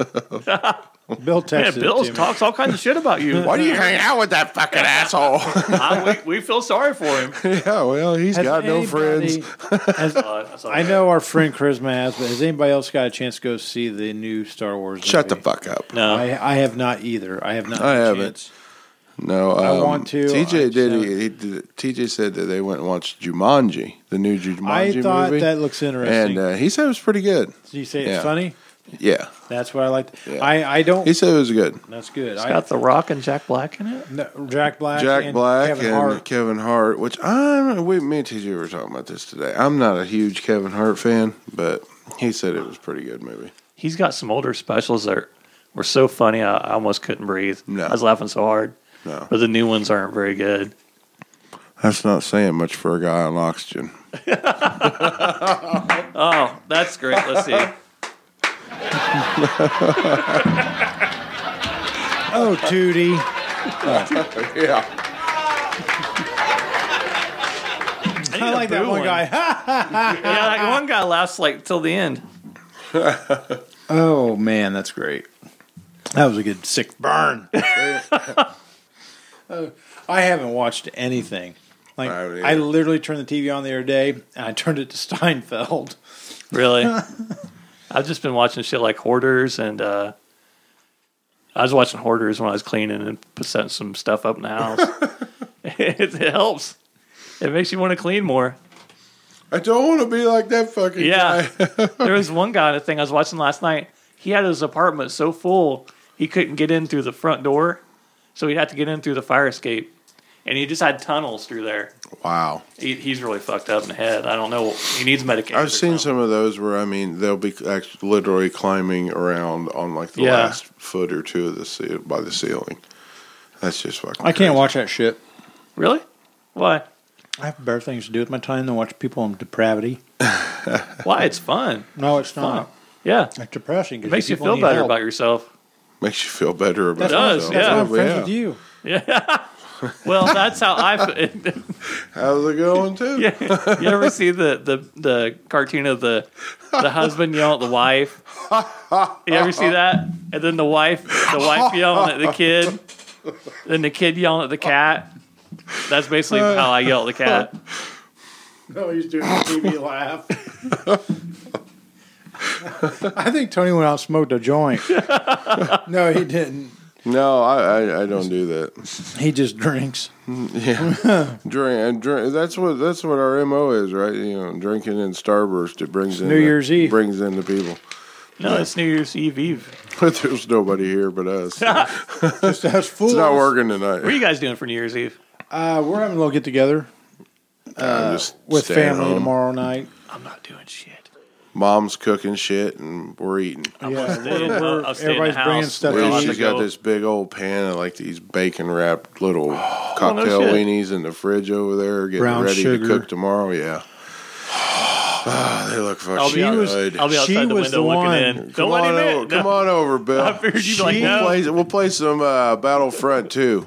Speaker 3: Bill texted
Speaker 4: Yeah,
Speaker 3: it
Speaker 4: Bill
Speaker 3: to me.
Speaker 4: talks all kinds of shit about you.
Speaker 5: Why do you hang out with that fucking asshole?
Speaker 4: I, we, we feel sorry for him.
Speaker 5: yeah, well, he's
Speaker 3: Has
Speaker 5: got no
Speaker 3: anybody-
Speaker 5: friends.
Speaker 3: has-
Speaker 4: Oh,
Speaker 3: I know our friend Charisma has, but has anybody else got a chance to go see the new Star Wars?
Speaker 5: Shut the
Speaker 3: movie?
Speaker 5: fuck up. No,
Speaker 4: No.
Speaker 3: I, I have not either. I have not.
Speaker 5: I
Speaker 3: had a
Speaker 5: haven't.
Speaker 3: chance.
Speaker 5: um, I
Speaker 3: want to, uh,
Speaker 5: TJ
Speaker 3: I
Speaker 5: did.
Speaker 3: just-
Speaker 5: He, he did. TJ said that they went and watched Jumanji, the new Jumanji
Speaker 3: I thought
Speaker 5: movie,
Speaker 3: that looks interesting.
Speaker 5: and uh, he said it was pretty good.
Speaker 3: Did you say it's
Speaker 5: yeah.
Speaker 3: funny?
Speaker 5: Yeah,
Speaker 3: That's what I liked.
Speaker 5: Yeah.
Speaker 3: I I don't.
Speaker 5: he said it was good.
Speaker 3: that's good. I,
Speaker 4: Got The Rock and Jack Black in it.
Speaker 3: no, Jack Black,
Speaker 5: Jack
Speaker 3: and
Speaker 5: Black
Speaker 3: Kevin
Speaker 5: and
Speaker 3: Hart.
Speaker 5: Kevin Hart, which I'm. We, me and TJ were talking about this today. I'm not a huge Kevin Hart fan, but he said it was a pretty good movie.
Speaker 4: He's got some older specials that were so funny. I, I almost couldn't breathe.
Speaker 5: No.
Speaker 4: I was laughing so hard.
Speaker 5: No.
Speaker 4: But the new ones aren't very good.
Speaker 5: That's not saying much for a guy on oxygen.
Speaker 4: That's great. Let's see.
Speaker 3: Oh, Tootie.
Speaker 5: Yeah,
Speaker 3: I like that one guy.
Speaker 4: yeah, like one guy laughs like till the end.
Speaker 3: Oh man, that's great. That was a good sick burn. Oh, Uh, I haven't watched anything. Like
Speaker 5: I haven't
Speaker 3: I,
Speaker 5: either.
Speaker 3: literally turned the TV on the other day and I turned it to Steinfeld.
Speaker 4: Really? I've just been watching shit like Hoarders and uh I was watching Hoarders when I was cleaning and setting some stuff up in the house. it, helps. It makes you want to clean more.
Speaker 5: I don't want to be like that fucking
Speaker 4: Yeah.
Speaker 5: guy.
Speaker 4: there was one guy on a thing I was watching last night. He had his apartment so full he couldn't get in through the front door. So he'd have to get in through the fire escape. And he just had tunnels through there.
Speaker 5: Wow.
Speaker 4: He, he's really fucked up in the head. I don't know. He needs medication. or
Speaker 5: I've
Speaker 4: something.
Speaker 5: seen some of those where I mean they'll be act- literally climbing around on like the
Speaker 4: Yeah.
Speaker 5: last foot or two of the ce- by the ceiling. That's just fucking.
Speaker 3: I
Speaker 5: crazy.
Speaker 3: can't watch that shit.
Speaker 4: Really? Why?
Speaker 3: I have better things to do with my time than watch people on depravity.
Speaker 4: Why? It's fun.
Speaker 3: No, it's not.
Speaker 4: Yeah.
Speaker 3: It's depressing. 'cause
Speaker 4: It makes you
Speaker 3: people
Speaker 4: feel
Speaker 3: need
Speaker 4: better
Speaker 3: help.
Speaker 4: about yourself.
Speaker 5: Makes you feel better about
Speaker 3: That's
Speaker 5: it.
Speaker 3: why-
Speaker 4: does,
Speaker 3: That's
Speaker 4: yeah.
Speaker 3: why I'm friends
Speaker 5: Yeah.
Speaker 3: with you.
Speaker 4: Well, that's how I. f-
Speaker 5: How's it going too?
Speaker 4: you ever see the, the the cartoon of the the husband yelling at the wife? You ever see that? And then the wife, the wife yelling at the kid, then the kid yelling at the cat. That's basically how I yell at the cat.
Speaker 3: No, he's doing a TV laugh. I think Tony went out and smoked a joint. no, he didn't.
Speaker 5: No, I, I I don't do that.
Speaker 3: He just drinks.
Speaker 5: Yeah, drink and drink. That's what that's what our mo is, right? You know, drinking and starburst. It brings in
Speaker 3: New
Speaker 5: the-
Speaker 3: Year's Eve.
Speaker 5: Brings in the people.
Speaker 4: No, it's New Year's Eve Eve.
Speaker 5: But there's nobody here but us. it's
Speaker 3: Just us fools.
Speaker 5: not working
Speaker 4: What are
Speaker 5: tonight.
Speaker 4: you guys doing for New Year's Eve?
Speaker 3: Uh, we're having a little get together
Speaker 5: I'm just
Speaker 3: with
Speaker 4: Uh,
Speaker 5: staying
Speaker 3: family
Speaker 5: home.
Speaker 3: tomorrow night.
Speaker 4: I'm not doing shit.
Speaker 5: mom's cooking shit and we're eating.
Speaker 3: Yeah,
Speaker 4: stay in- I'll- I'll stay in the
Speaker 3: everybody's bringing
Speaker 4: house.
Speaker 3: stuff
Speaker 4: We'll
Speaker 5: Well,
Speaker 3: to
Speaker 4: eat
Speaker 3: eat.
Speaker 5: she's got
Speaker 4: go.
Speaker 5: this big old pan of like these bacon wrapped little cocktail
Speaker 4: Oh, shit.
Speaker 5: weenies in the fridge over there, getting
Speaker 3: Brown
Speaker 5: ready
Speaker 3: sugar.
Speaker 5: to cook tomorrow. Yeah, ah, they look fucking
Speaker 4: I'll be,
Speaker 3: She
Speaker 4: out,
Speaker 3: was-
Speaker 5: good.
Speaker 4: I'll be outside
Speaker 3: she
Speaker 4: the
Speaker 3: was the
Speaker 4: window looking
Speaker 3: one.
Speaker 4: in.
Speaker 3: Come
Speaker 4: Don't
Speaker 5: come on
Speaker 4: let him
Speaker 5: over,
Speaker 4: in.
Speaker 5: come
Speaker 4: No.
Speaker 5: on over, Bill.
Speaker 4: I figured you'd be like,
Speaker 5: we'll,
Speaker 4: no.
Speaker 5: play, we'll play some uh, Battlefront too.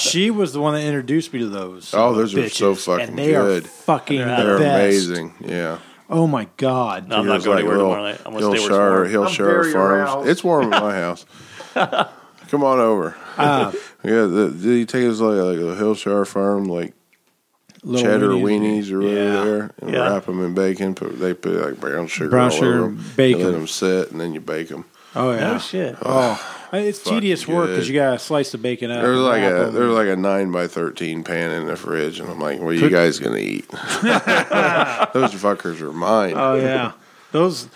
Speaker 3: She was the one that introduced me to those.
Speaker 5: Oh, those are so
Speaker 3: bitches,
Speaker 5: fucking
Speaker 3: and they
Speaker 5: good.
Speaker 3: Are fucking the
Speaker 5: They're
Speaker 3: best.
Speaker 5: amazing. Yeah.
Speaker 3: Oh my god.
Speaker 4: No. I'm not
Speaker 5: Feels
Speaker 4: going anywhere
Speaker 5: little
Speaker 4: tomorrow night. I'm gonna
Speaker 5: Hill
Speaker 4: stay where it's
Speaker 5: Shire-
Speaker 4: warm.
Speaker 5: Hill
Speaker 8: I'm
Speaker 5: Shire
Speaker 8: very
Speaker 5: Farms.
Speaker 8: aroused.
Speaker 5: It's warm at my house. Come on over.
Speaker 3: Uh,
Speaker 5: yeah, the, the, you take us like, like a Hillshire Farm, like
Speaker 3: Little
Speaker 5: cheddar
Speaker 3: weenies.
Speaker 5: weenies, or whatever
Speaker 3: Yeah.
Speaker 5: there, and
Speaker 4: Yeah.
Speaker 5: wrap them in bacon. Put, they put like brown sugar,
Speaker 3: Brown
Speaker 5: all
Speaker 3: sugar,
Speaker 5: over 'em,
Speaker 3: bacon.
Speaker 5: and let them sit, and then you bake them.
Speaker 3: Oh yeah.
Speaker 4: shit.
Speaker 3: Oh, it's
Speaker 5: Fucking
Speaker 3: tedious work because
Speaker 5: good.
Speaker 3: you gotta slice the bacon up.
Speaker 5: There's
Speaker 3: and
Speaker 5: like
Speaker 3: wrap
Speaker 5: a
Speaker 3: 'em.
Speaker 5: there's like a nine by thirteen pan in the fridge, and I'm like, "What are you guys gonna eat? Those fuckers are mine."
Speaker 3: Oh yeah, those.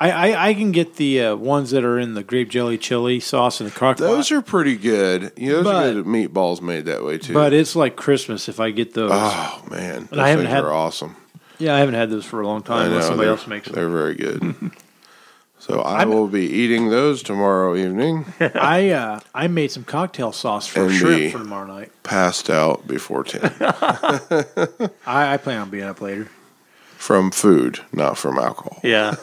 Speaker 3: I, I, I can get the uh, ones that are in the grape jelly chili sauce and the crock
Speaker 5: Those
Speaker 3: pot,
Speaker 5: are pretty good. Yeah, those
Speaker 3: But-
Speaker 5: are good meatballs made that way too.
Speaker 3: but it's like Christmas if I get those.
Speaker 5: Oh man, those
Speaker 3: I haven't
Speaker 5: things
Speaker 3: had-
Speaker 5: are awesome.
Speaker 3: yeah, I haven't had those for a long time. unless somebody
Speaker 5: they're-
Speaker 3: else makes them.
Speaker 5: They're very good. so I will be eating those tomorrow evening.
Speaker 3: I uh, I made some cocktail sauce for
Speaker 5: And
Speaker 3: shrimp
Speaker 5: the-
Speaker 3: for tomorrow night.
Speaker 5: Passed out before ten
Speaker 3: I, I plan on being up later.
Speaker 5: from food, not from alcohol.
Speaker 4: Yeah.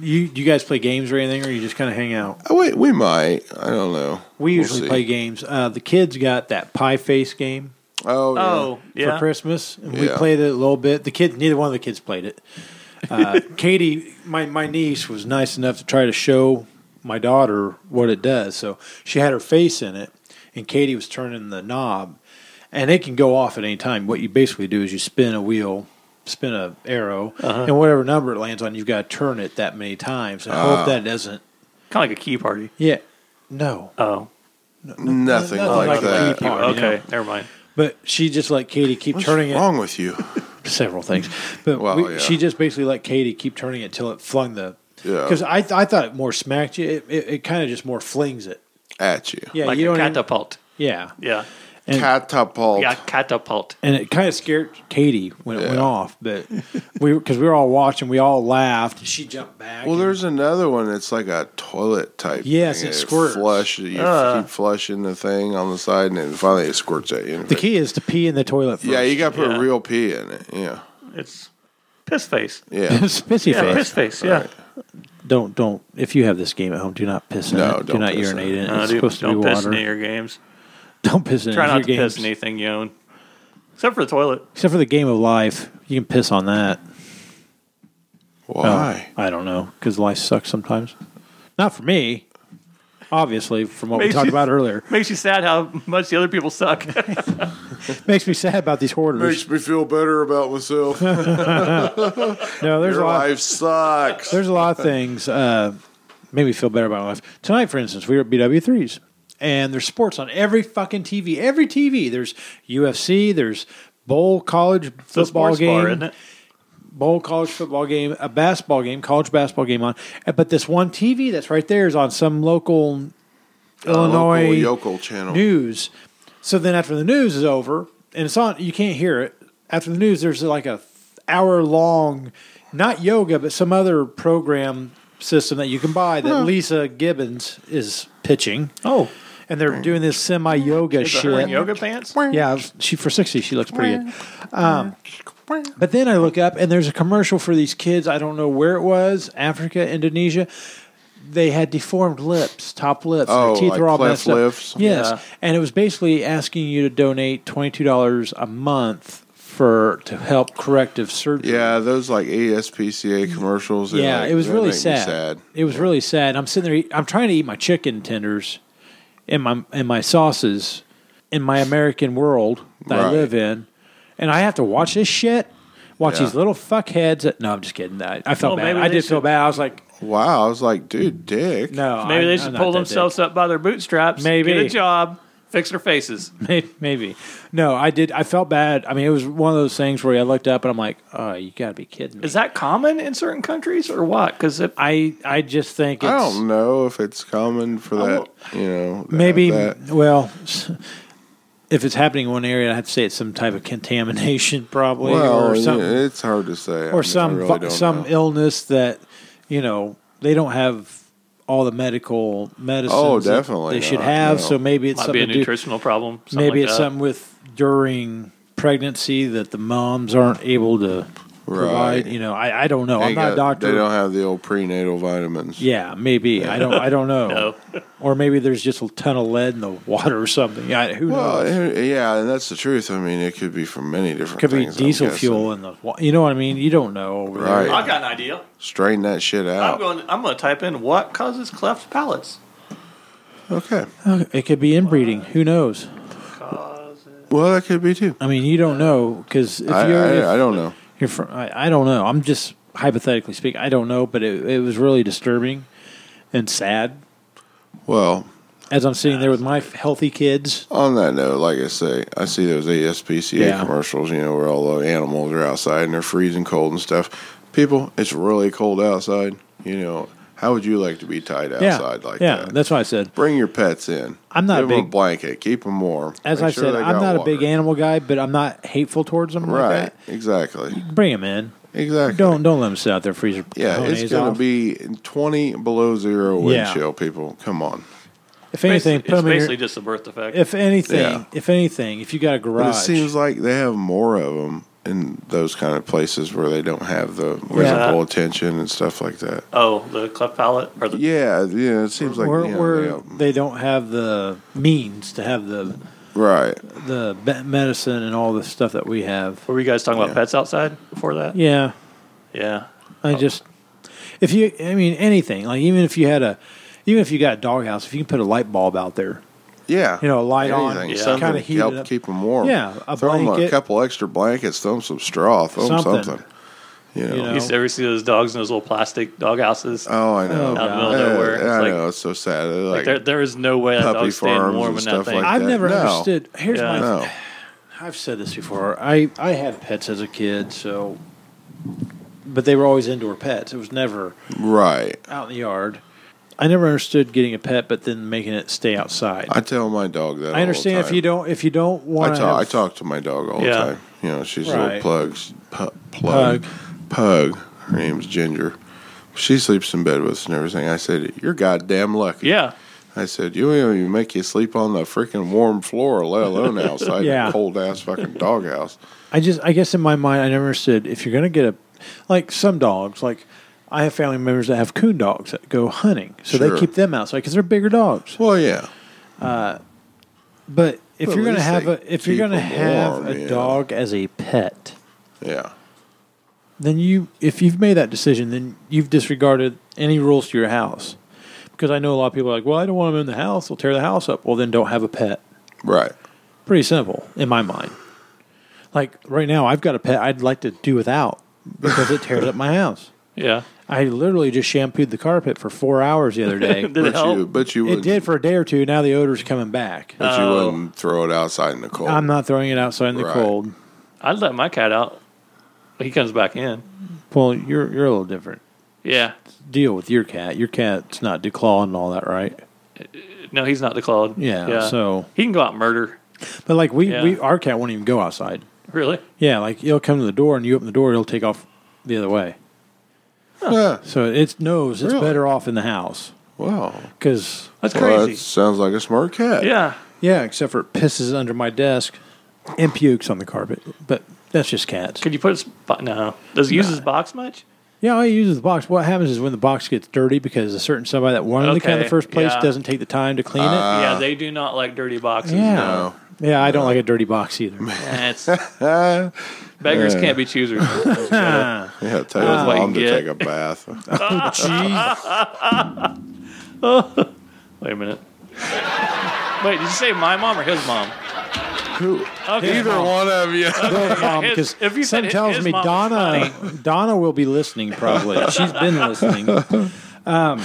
Speaker 3: You you guys play games or anything, or you just kind of hang out?
Speaker 5: Oh, wait, we might. I don't know.
Speaker 3: We
Speaker 5: We'll
Speaker 3: usually
Speaker 5: see.
Speaker 3: play games. Uh, the kids got that pie face game
Speaker 5: Oh, yeah.
Speaker 4: Oh,
Speaker 3: for
Speaker 4: yeah.
Speaker 3: Christmas, and we
Speaker 5: Yeah.
Speaker 3: played it a little bit. The kid, neither one of the kids played it. Uh, Katie, my my niece, was nice enough to try to show my daughter what it does. So she had her face in it, and Katie was turning the knob, and it can go off at any time. What you basically do is you spin a wheel. Spin a arrow,
Speaker 5: Uh-huh.
Speaker 3: and whatever number it lands on, you've got to turn it that many times, and
Speaker 5: Ah.
Speaker 3: hope that doesn't.
Speaker 4: Kind of like a key party.
Speaker 3: Yeah, no,
Speaker 4: Oh.
Speaker 5: nothing,
Speaker 3: nothing
Speaker 5: like,
Speaker 3: like a
Speaker 5: that.
Speaker 3: key party,
Speaker 4: okay.
Speaker 3: yeah.
Speaker 4: Never mind.
Speaker 3: But she just let Katie keep
Speaker 5: What's
Speaker 3: turning
Speaker 5: wrong with you?
Speaker 3: it several things. But
Speaker 5: Well,
Speaker 3: we,
Speaker 5: yeah.
Speaker 3: she just basically let Katie keep turning it till it flung the.
Speaker 5: Yeah.
Speaker 3: Because I I thought it more smacked you. It it, it kind of just more flings it.
Speaker 5: At you.
Speaker 3: Yeah,
Speaker 4: like
Speaker 3: you
Speaker 4: a
Speaker 3: don't. even-
Speaker 4: catapult.
Speaker 3: yeah,
Speaker 4: Yeah.
Speaker 3: and,
Speaker 5: Catapult.
Speaker 4: Yeah, catapult.
Speaker 3: and it kind of scared Katie when it
Speaker 5: Yeah.
Speaker 3: went off. But we because we were all watching, we all laughed. She jumped back.
Speaker 5: Well,
Speaker 3: and-
Speaker 5: there's another one that's like a toilet type.
Speaker 3: Yes,
Speaker 5: thing.
Speaker 3: it squirts. Ah.
Speaker 5: Flush, you keep flushing the thing on the side, and then finally it squirts at you.
Speaker 3: the key is to pee in the toilet. First.
Speaker 5: yeah, you got to put
Speaker 4: Yeah.
Speaker 5: a real pee in it. Yeah,
Speaker 4: It's piss face.
Speaker 5: yeah.
Speaker 3: Pissy
Speaker 4: Yeah,
Speaker 3: face.
Speaker 4: piss face. Yeah.
Speaker 5: Right.
Speaker 3: Don't don't. If you have this game at home, do not piss in
Speaker 5: No,
Speaker 3: it. do
Speaker 5: don't
Speaker 3: not
Speaker 5: piss in
Speaker 3: urinate
Speaker 5: it.
Speaker 3: in it.
Speaker 4: No,
Speaker 3: it's
Speaker 4: dude,
Speaker 3: supposed to be
Speaker 4: don't piss
Speaker 3: water.
Speaker 4: in your games.
Speaker 3: Don't piss in
Speaker 4: Try
Speaker 3: it.
Speaker 4: not to
Speaker 3: Your
Speaker 4: piss
Speaker 3: games.
Speaker 4: in anything you own, except for the toilet.
Speaker 3: Except for the game of life, you can piss on that.
Speaker 5: Why?
Speaker 3: Oh, I don't know because life sucks sometimes. Not for me, obviously. From what we
Speaker 4: Makes
Speaker 3: talked
Speaker 4: you-
Speaker 3: about earlier,
Speaker 4: Makes you sad how much the other people suck.
Speaker 3: makes me sad about these hoarders.
Speaker 5: Makes me feel better about myself.
Speaker 3: No, there's
Speaker 5: Your
Speaker 3: a lot.
Speaker 5: life sucks.
Speaker 3: There's a lot of things uh, made me feel better about my life. Tonight, for instance, we were at BW3s, and there's sports on every fucking TV. Every TV. There's UFC. There's bowl college
Speaker 4: It's a
Speaker 3: football
Speaker 4: sports
Speaker 3: game.
Speaker 4: bar, isn't it?
Speaker 3: bowl college football game, a basketball game, college basketball game on, uh, but this one TV that's right there is on some local
Speaker 4: Oh,
Speaker 3: Illinois
Speaker 5: local yokel channel.
Speaker 3: news. So then after the news is over and it's on, you can't hear it. After the news, there's like a hour long, not yoga, but some other program system that you can buy that Lisa Gibbons is pitching.
Speaker 4: Oh,
Speaker 3: And they're doing this semi yoga
Speaker 4: is it her in
Speaker 3: shit.
Speaker 4: yoga pants?
Speaker 3: Yeah, she for sixty, she looks pretty good. Um, but then I look up and there's a commercial for these kids. I don't know where it was, Africa, Indonesia. They had deformed lips, top lips. and
Speaker 5: Oh,
Speaker 3: their teeth
Speaker 5: like
Speaker 3: were all
Speaker 5: cleft
Speaker 3: messed
Speaker 5: lips?
Speaker 3: up. Yes,
Speaker 4: Yeah.
Speaker 3: and it was basically asking you to donate twenty two dollars a month for to help corrective surgery.
Speaker 5: Yeah, those like E ASPCA commercials. they,
Speaker 3: Yeah,
Speaker 5: like,
Speaker 3: it was
Speaker 5: they
Speaker 3: really
Speaker 5: make me
Speaker 3: sad. It was really sad. I'm sitting there. eat- I'm trying to eat my chicken tenders, and my and my sauces, in my American world that I
Speaker 5: Right.
Speaker 3: live in, and I have to watch this shit. Watch
Speaker 5: Yeah.
Speaker 3: these little fuckheads. That, no, I'm just kidding. I, I felt
Speaker 4: Well,
Speaker 3: bad.
Speaker 4: maybe
Speaker 3: I
Speaker 4: they
Speaker 3: did feel
Speaker 4: should-
Speaker 3: bad. I was like,
Speaker 5: Wow, I was like, dude, dick.
Speaker 3: no. Oh,
Speaker 4: Maybe
Speaker 3: I-
Speaker 4: they
Speaker 3: I'm
Speaker 4: should
Speaker 3: not
Speaker 4: pull
Speaker 3: that
Speaker 4: themselves up by their bootstraps.
Speaker 3: Maybe.
Speaker 4: get a job, fix their faces.
Speaker 3: big. Maybe, maybe. No, I did. I felt bad. I mean, it was one of those things where I looked up and I'm like, oh, you got to be kidding me.
Speaker 4: Is that common in certain countries or what? Because it
Speaker 3: I I just think it's,
Speaker 5: I don't know if it's common for that. You know, that-
Speaker 3: maybe
Speaker 5: that.
Speaker 3: well if it's happening in one area, I have to say it's some type of contamination, probably,
Speaker 5: Well,
Speaker 3: or something,
Speaker 5: yeah, it's hard to say. I mean, I
Speaker 3: or some
Speaker 5: really
Speaker 3: fu-
Speaker 5: don't
Speaker 3: some
Speaker 5: know.
Speaker 3: illness that you know they don't have all the medical medicines.
Speaker 5: Oh,
Speaker 3: that
Speaker 5: definitely
Speaker 3: they should
Speaker 5: not,
Speaker 3: have.
Speaker 5: no.
Speaker 3: So maybe it's
Speaker 4: Might be a
Speaker 3: something to do-
Speaker 4: nutritional problem. something
Speaker 3: maybe
Speaker 4: like
Speaker 3: it's
Speaker 4: that.
Speaker 3: something with during pregnancy that the moms aren't able to provide.
Speaker 5: Right.
Speaker 3: You know, I, I don't know. I'm
Speaker 5: They
Speaker 3: not a
Speaker 5: got-
Speaker 3: doctor.
Speaker 5: They don't have the old prenatal vitamins.
Speaker 3: Yeah, maybe. I don't. I don't know.
Speaker 4: No.
Speaker 3: Or maybe there's just a ton of lead in the water or something. Yeah, who
Speaker 5: Well,
Speaker 3: knows?
Speaker 5: eh, yeah, and that's the truth. I mean, it could be from many different.
Speaker 3: Could be
Speaker 5: things, I'm
Speaker 3: diesel
Speaker 5: guessing.
Speaker 3: fuel in the. wa- You know what I mean? You don't know. Over
Speaker 5: Right.
Speaker 3: There.
Speaker 4: I got an idea.
Speaker 5: Strain that shit
Speaker 4: I'm
Speaker 3: Oh.
Speaker 5: out.
Speaker 4: going. I'm going to type in what causes cleft palates.
Speaker 5: okay.
Speaker 3: Uh, It could be inbreeding. Who knows?
Speaker 5: Well, that could be too.
Speaker 3: I mean, you don't know because if
Speaker 5: I,
Speaker 3: you're,
Speaker 5: I,
Speaker 3: if
Speaker 5: I don't know.
Speaker 3: you're from, I, I don't know. I'm just hypothetically speaking. I don't know, but it, it was really disturbing and sad
Speaker 5: Well,
Speaker 3: as I'm sitting there with my f- healthy kids.
Speaker 5: on that note, like I say, I see those ASPCA
Speaker 3: Yeah.
Speaker 5: commercials, you know, where all the animals are outside and they're freezing cold and stuff. People, it's really cold outside. You know, how would you like to be tied
Speaker 3: Yeah,
Speaker 5: outside like
Speaker 3: yeah.
Speaker 5: that?
Speaker 3: That's why I said
Speaker 5: Bring your pets in.
Speaker 3: I'm not
Speaker 5: Give
Speaker 3: a
Speaker 5: them a
Speaker 3: big-
Speaker 5: blanket. Keep them warm.
Speaker 3: As
Speaker 5: Make
Speaker 3: I
Speaker 5: sure
Speaker 3: said,
Speaker 5: they
Speaker 3: I'm
Speaker 5: got
Speaker 3: not a
Speaker 5: water.
Speaker 3: big animal guy, but I'm not hateful towards them.
Speaker 5: Right.
Speaker 3: Like
Speaker 5: Exactly.
Speaker 3: that. Bring them in.
Speaker 5: Exactly.
Speaker 3: Don't don't let them sit out there freezing.
Speaker 5: Yeah, it's
Speaker 3: ponies
Speaker 5: going
Speaker 3: off.
Speaker 5: to be 20 below zero wind
Speaker 3: Yeah.
Speaker 5: chill, people. Come on.
Speaker 3: If anything,
Speaker 4: Basically-
Speaker 3: put
Speaker 4: it's
Speaker 3: 'em in your-
Speaker 4: basically just a birth defect.
Speaker 3: if anything,
Speaker 5: Yeah.
Speaker 3: if anything, if you got a
Speaker 5: But it
Speaker 3: garage,
Speaker 5: seems like they have more of them in those kind of places where they don't have the visible attention and stuff like that.
Speaker 4: oh, the cleft palate or the
Speaker 5: Yeah, yeah, it seems like
Speaker 3: where,
Speaker 5: you know,
Speaker 3: where
Speaker 5: yeah.
Speaker 3: they don't have the means to have the
Speaker 5: right.
Speaker 3: the be- medicine and all the stuff that we have.
Speaker 4: Were you guys talking
Speaker 5: Yeah.
Speaker 4: about pets outside before that?
Speaker 3: Yeah,
Speaker 4: Yeah.
Speaker 5: Oh.
Speaker 3: I just if you, I mean, anything like even if you had a, even if you got a doghouse, if you can put a light bulb out there,
Speaker 5: Yeah,
Speaker 3: You know, a light on,
Speaker 5: Anything.
Speaker 4: yeah.
Speaker 5: Something
Speaker 3: kinda
Speaker 5: to
Speaker 3: heat
Speaker 5: help
Speaker 3: it up.
Speaker 5: keep them warm.
Speaker 3: Yeah, a
Speaker 5: throw 'em a
Speaker 3: blanket.
Speaker 5: couple extra blankets, throw them some straw, throw 'em
Speaker 3: Something.
Speaker 5: something. You know.
Speaker 3: You know.
Speaker 4: You ever see those dogs in those little plastic dog houses?
Speaker 5: Oh, I know.
Speaker 3: Oh, Out in the
Speaker 4: middle of
Speaker 5: Yeah,
Speaker 4: nowhere. It's
Speaker 5: I
Speaker 4: like-
Speaker 5: know. It's so sad.
Speaker 4: like
Speaker 5: Like,
Speaker 4: there, there is no way that
Speaker 5: puppy
Speaker 4: dog's staying
Speaker 5: farms
Speaker 4: warm
Speaker 5: and
Speaker 4: in that
Speaker 5: stuff
Speaker 4: thing.
Speaker 5: like-
Speaker 3: I've
Speaker 5: that-
Speaker 3: never
Speaker 5: no.
Speaker 3: understood. Here's
Speaker 4: Yeah.
Speaker 3: my
Speaker 5: no.
Speaker 3: I've said this before. I, I had pets as a kid, so but they were always indoor pets. It was never
Speaker 5: Right.
Speaker 3: out in the yard. I never understood getting a pet, but then making it stay outside.
Speaker 5: I tell my dog that. all
Speaker 3: I
Speaker 5: the
Speaker 3: understand if
Speaker 5: time.
Speaker 3: you don't if you don't want
Speaker 5: I
Speaker 3: to.
Speaker 5: talk, I talk to my dog all
Speaker 4: Yeah.
Speaker 5: the time. You know, she's a little
Speaker 3: Right.
Speaker 5: plug, pu- plug,
Speaker 3: Pug.
Speaker 5: pug. Her name's Ginger. She sleeps in bed with us and everything. I said, "You're goddamn lucky."
Speaker 4: yeah.
Speaker 5: I said, "You ain't even make you sleep on the freaking warm floor, let alone outside
Speaker 3: Yeah.
Speaker 5: the cold ass fucking doghouse."
Speaker 3: I just I guess in my mind I never understood if you're going to get a like some dogs like I have family members that have coon dogs that go hunting, so
Speaker 5: Sure.
Speaker 3: they keep them outside because they're bigger dogs.
Speaker 5: Well, yeah,
Speaker 3: But if
Speaker 5: Well,
Speaker 3: you're going
Speaker 5: at
Speaker 3: to
Speaker 5: least
Speaker 3: have
Speaker 5: they
Speaker 3: a if you're
Speaker 5: keep
Speaker 3: going to
Speaker 5: them
Speaker 3: have
Speaker 5: warm,
Speaker 3: a
Speaker 5: yeah.
Speaker 3: dog as a pet,
Speaker 5: yeah,
Speaker 3: then you if you've made that decision then you've disregarded any rules to your house because i know a lot of people are like well i don't want them in the house they'll tear the house up well then don't have a pet
Speaker 5: right.
Speaker 3: pretty simple in my mind like right now i've got a pet i'd like to do without because it tears up my house
Speaker 4: Yeah.
Speaker 3: i literally just shampooed the carpet for four hours the other day
Speaker 4: Did it
Speaker 5: But
Speaker 4: help?
Speaker 5: you, but you
Speaker 3: it
Speaker 5: wouldn't,
Speaker 3: did for a day or two now the odor's coming back
Speaker 5: but you
Speaker 4: Oh.
Speaker 5: wouldn't throw it outside in the cold.
Speaker 3: i'm not throwing it outside in the
Speaker 5: Right.
Speaker 3: cold
Speaker 4: I'd let my cat out. He comes back in.
Speaker 3: well you're, you're a little different
Speaker 4: Yeah.
Speaker 3: deal with your cat your cat's not declawing and all that right
Speaker 4: No, he's not declawed.
Speaker 3: Yeah, so-
Speaker 4: he can go out and murder.
Speaker 3: but like we,
Speaker 4: Yeah.
Speaker 3: we our cat won't even go outside
Speaker 4: Really?
Speaker 3: Yeah, like he'll come to the door and you open the door, he'll take off the other way.
Speaker 5: Yeah.
Speaker 3: So it knows it's
Speaker 5: Really?
Speaker 3: better off in the house
Speaker 5: Wow.
Speaker 3: because
Speaker 4: That's
Speaker 5: Well,
Speaker 4: crazy.
Speaker 5: that sounds like a smart cat.
Speaker 4: yeah.
Speaker 3: yeah, except for it pisses under my desk and pukes on the carpet, but that's just cats.
Speaker 4: Could you put his bo- no? Does he use his box much?
Speaker 3: Yeah, all he uses the box. What happens is when the box gets dirty because a certain somebody that wanted the cat in
Speaker 4: Okay,
Speaker 3: the first place
Speaker 4: yeah.
Speaker 3: doesn't take the time to clean
Speaker 4: yeah, they do not like dirty boxes.
Speaker 3: it. Yeah,
Speaker 5: Uh, No.
Speaker 3: yeah, I don't like a dirty box either.
Speaker 4: That's-
Speaker 5: Ah,
Speaker 4: beggars can't be choosers.
Speaker 5: yeah, tell your
Speaker 4: what you
Speaker 5: mom to
Speaker 4: get.
Speaker 5: take a bath.
Speaker 4: Wait a minute. Wait, did you say my mom or his mom?
Speaker 5: Who?
Speaker 4: Okay.
Speaker 5: Either one of you.
Speaker 3: Both mom,
Speaker 4: His-
Speaker 3: because
Speaker 4: if you
Speaker 3: some
Speaker 4: said his-
Speaker 3: um, tells
Speaker 4: his
Speaker 3: me
Speaker 4: mom was
Speaker 3: Donna Donna will be listening probably. She's been listening. Um,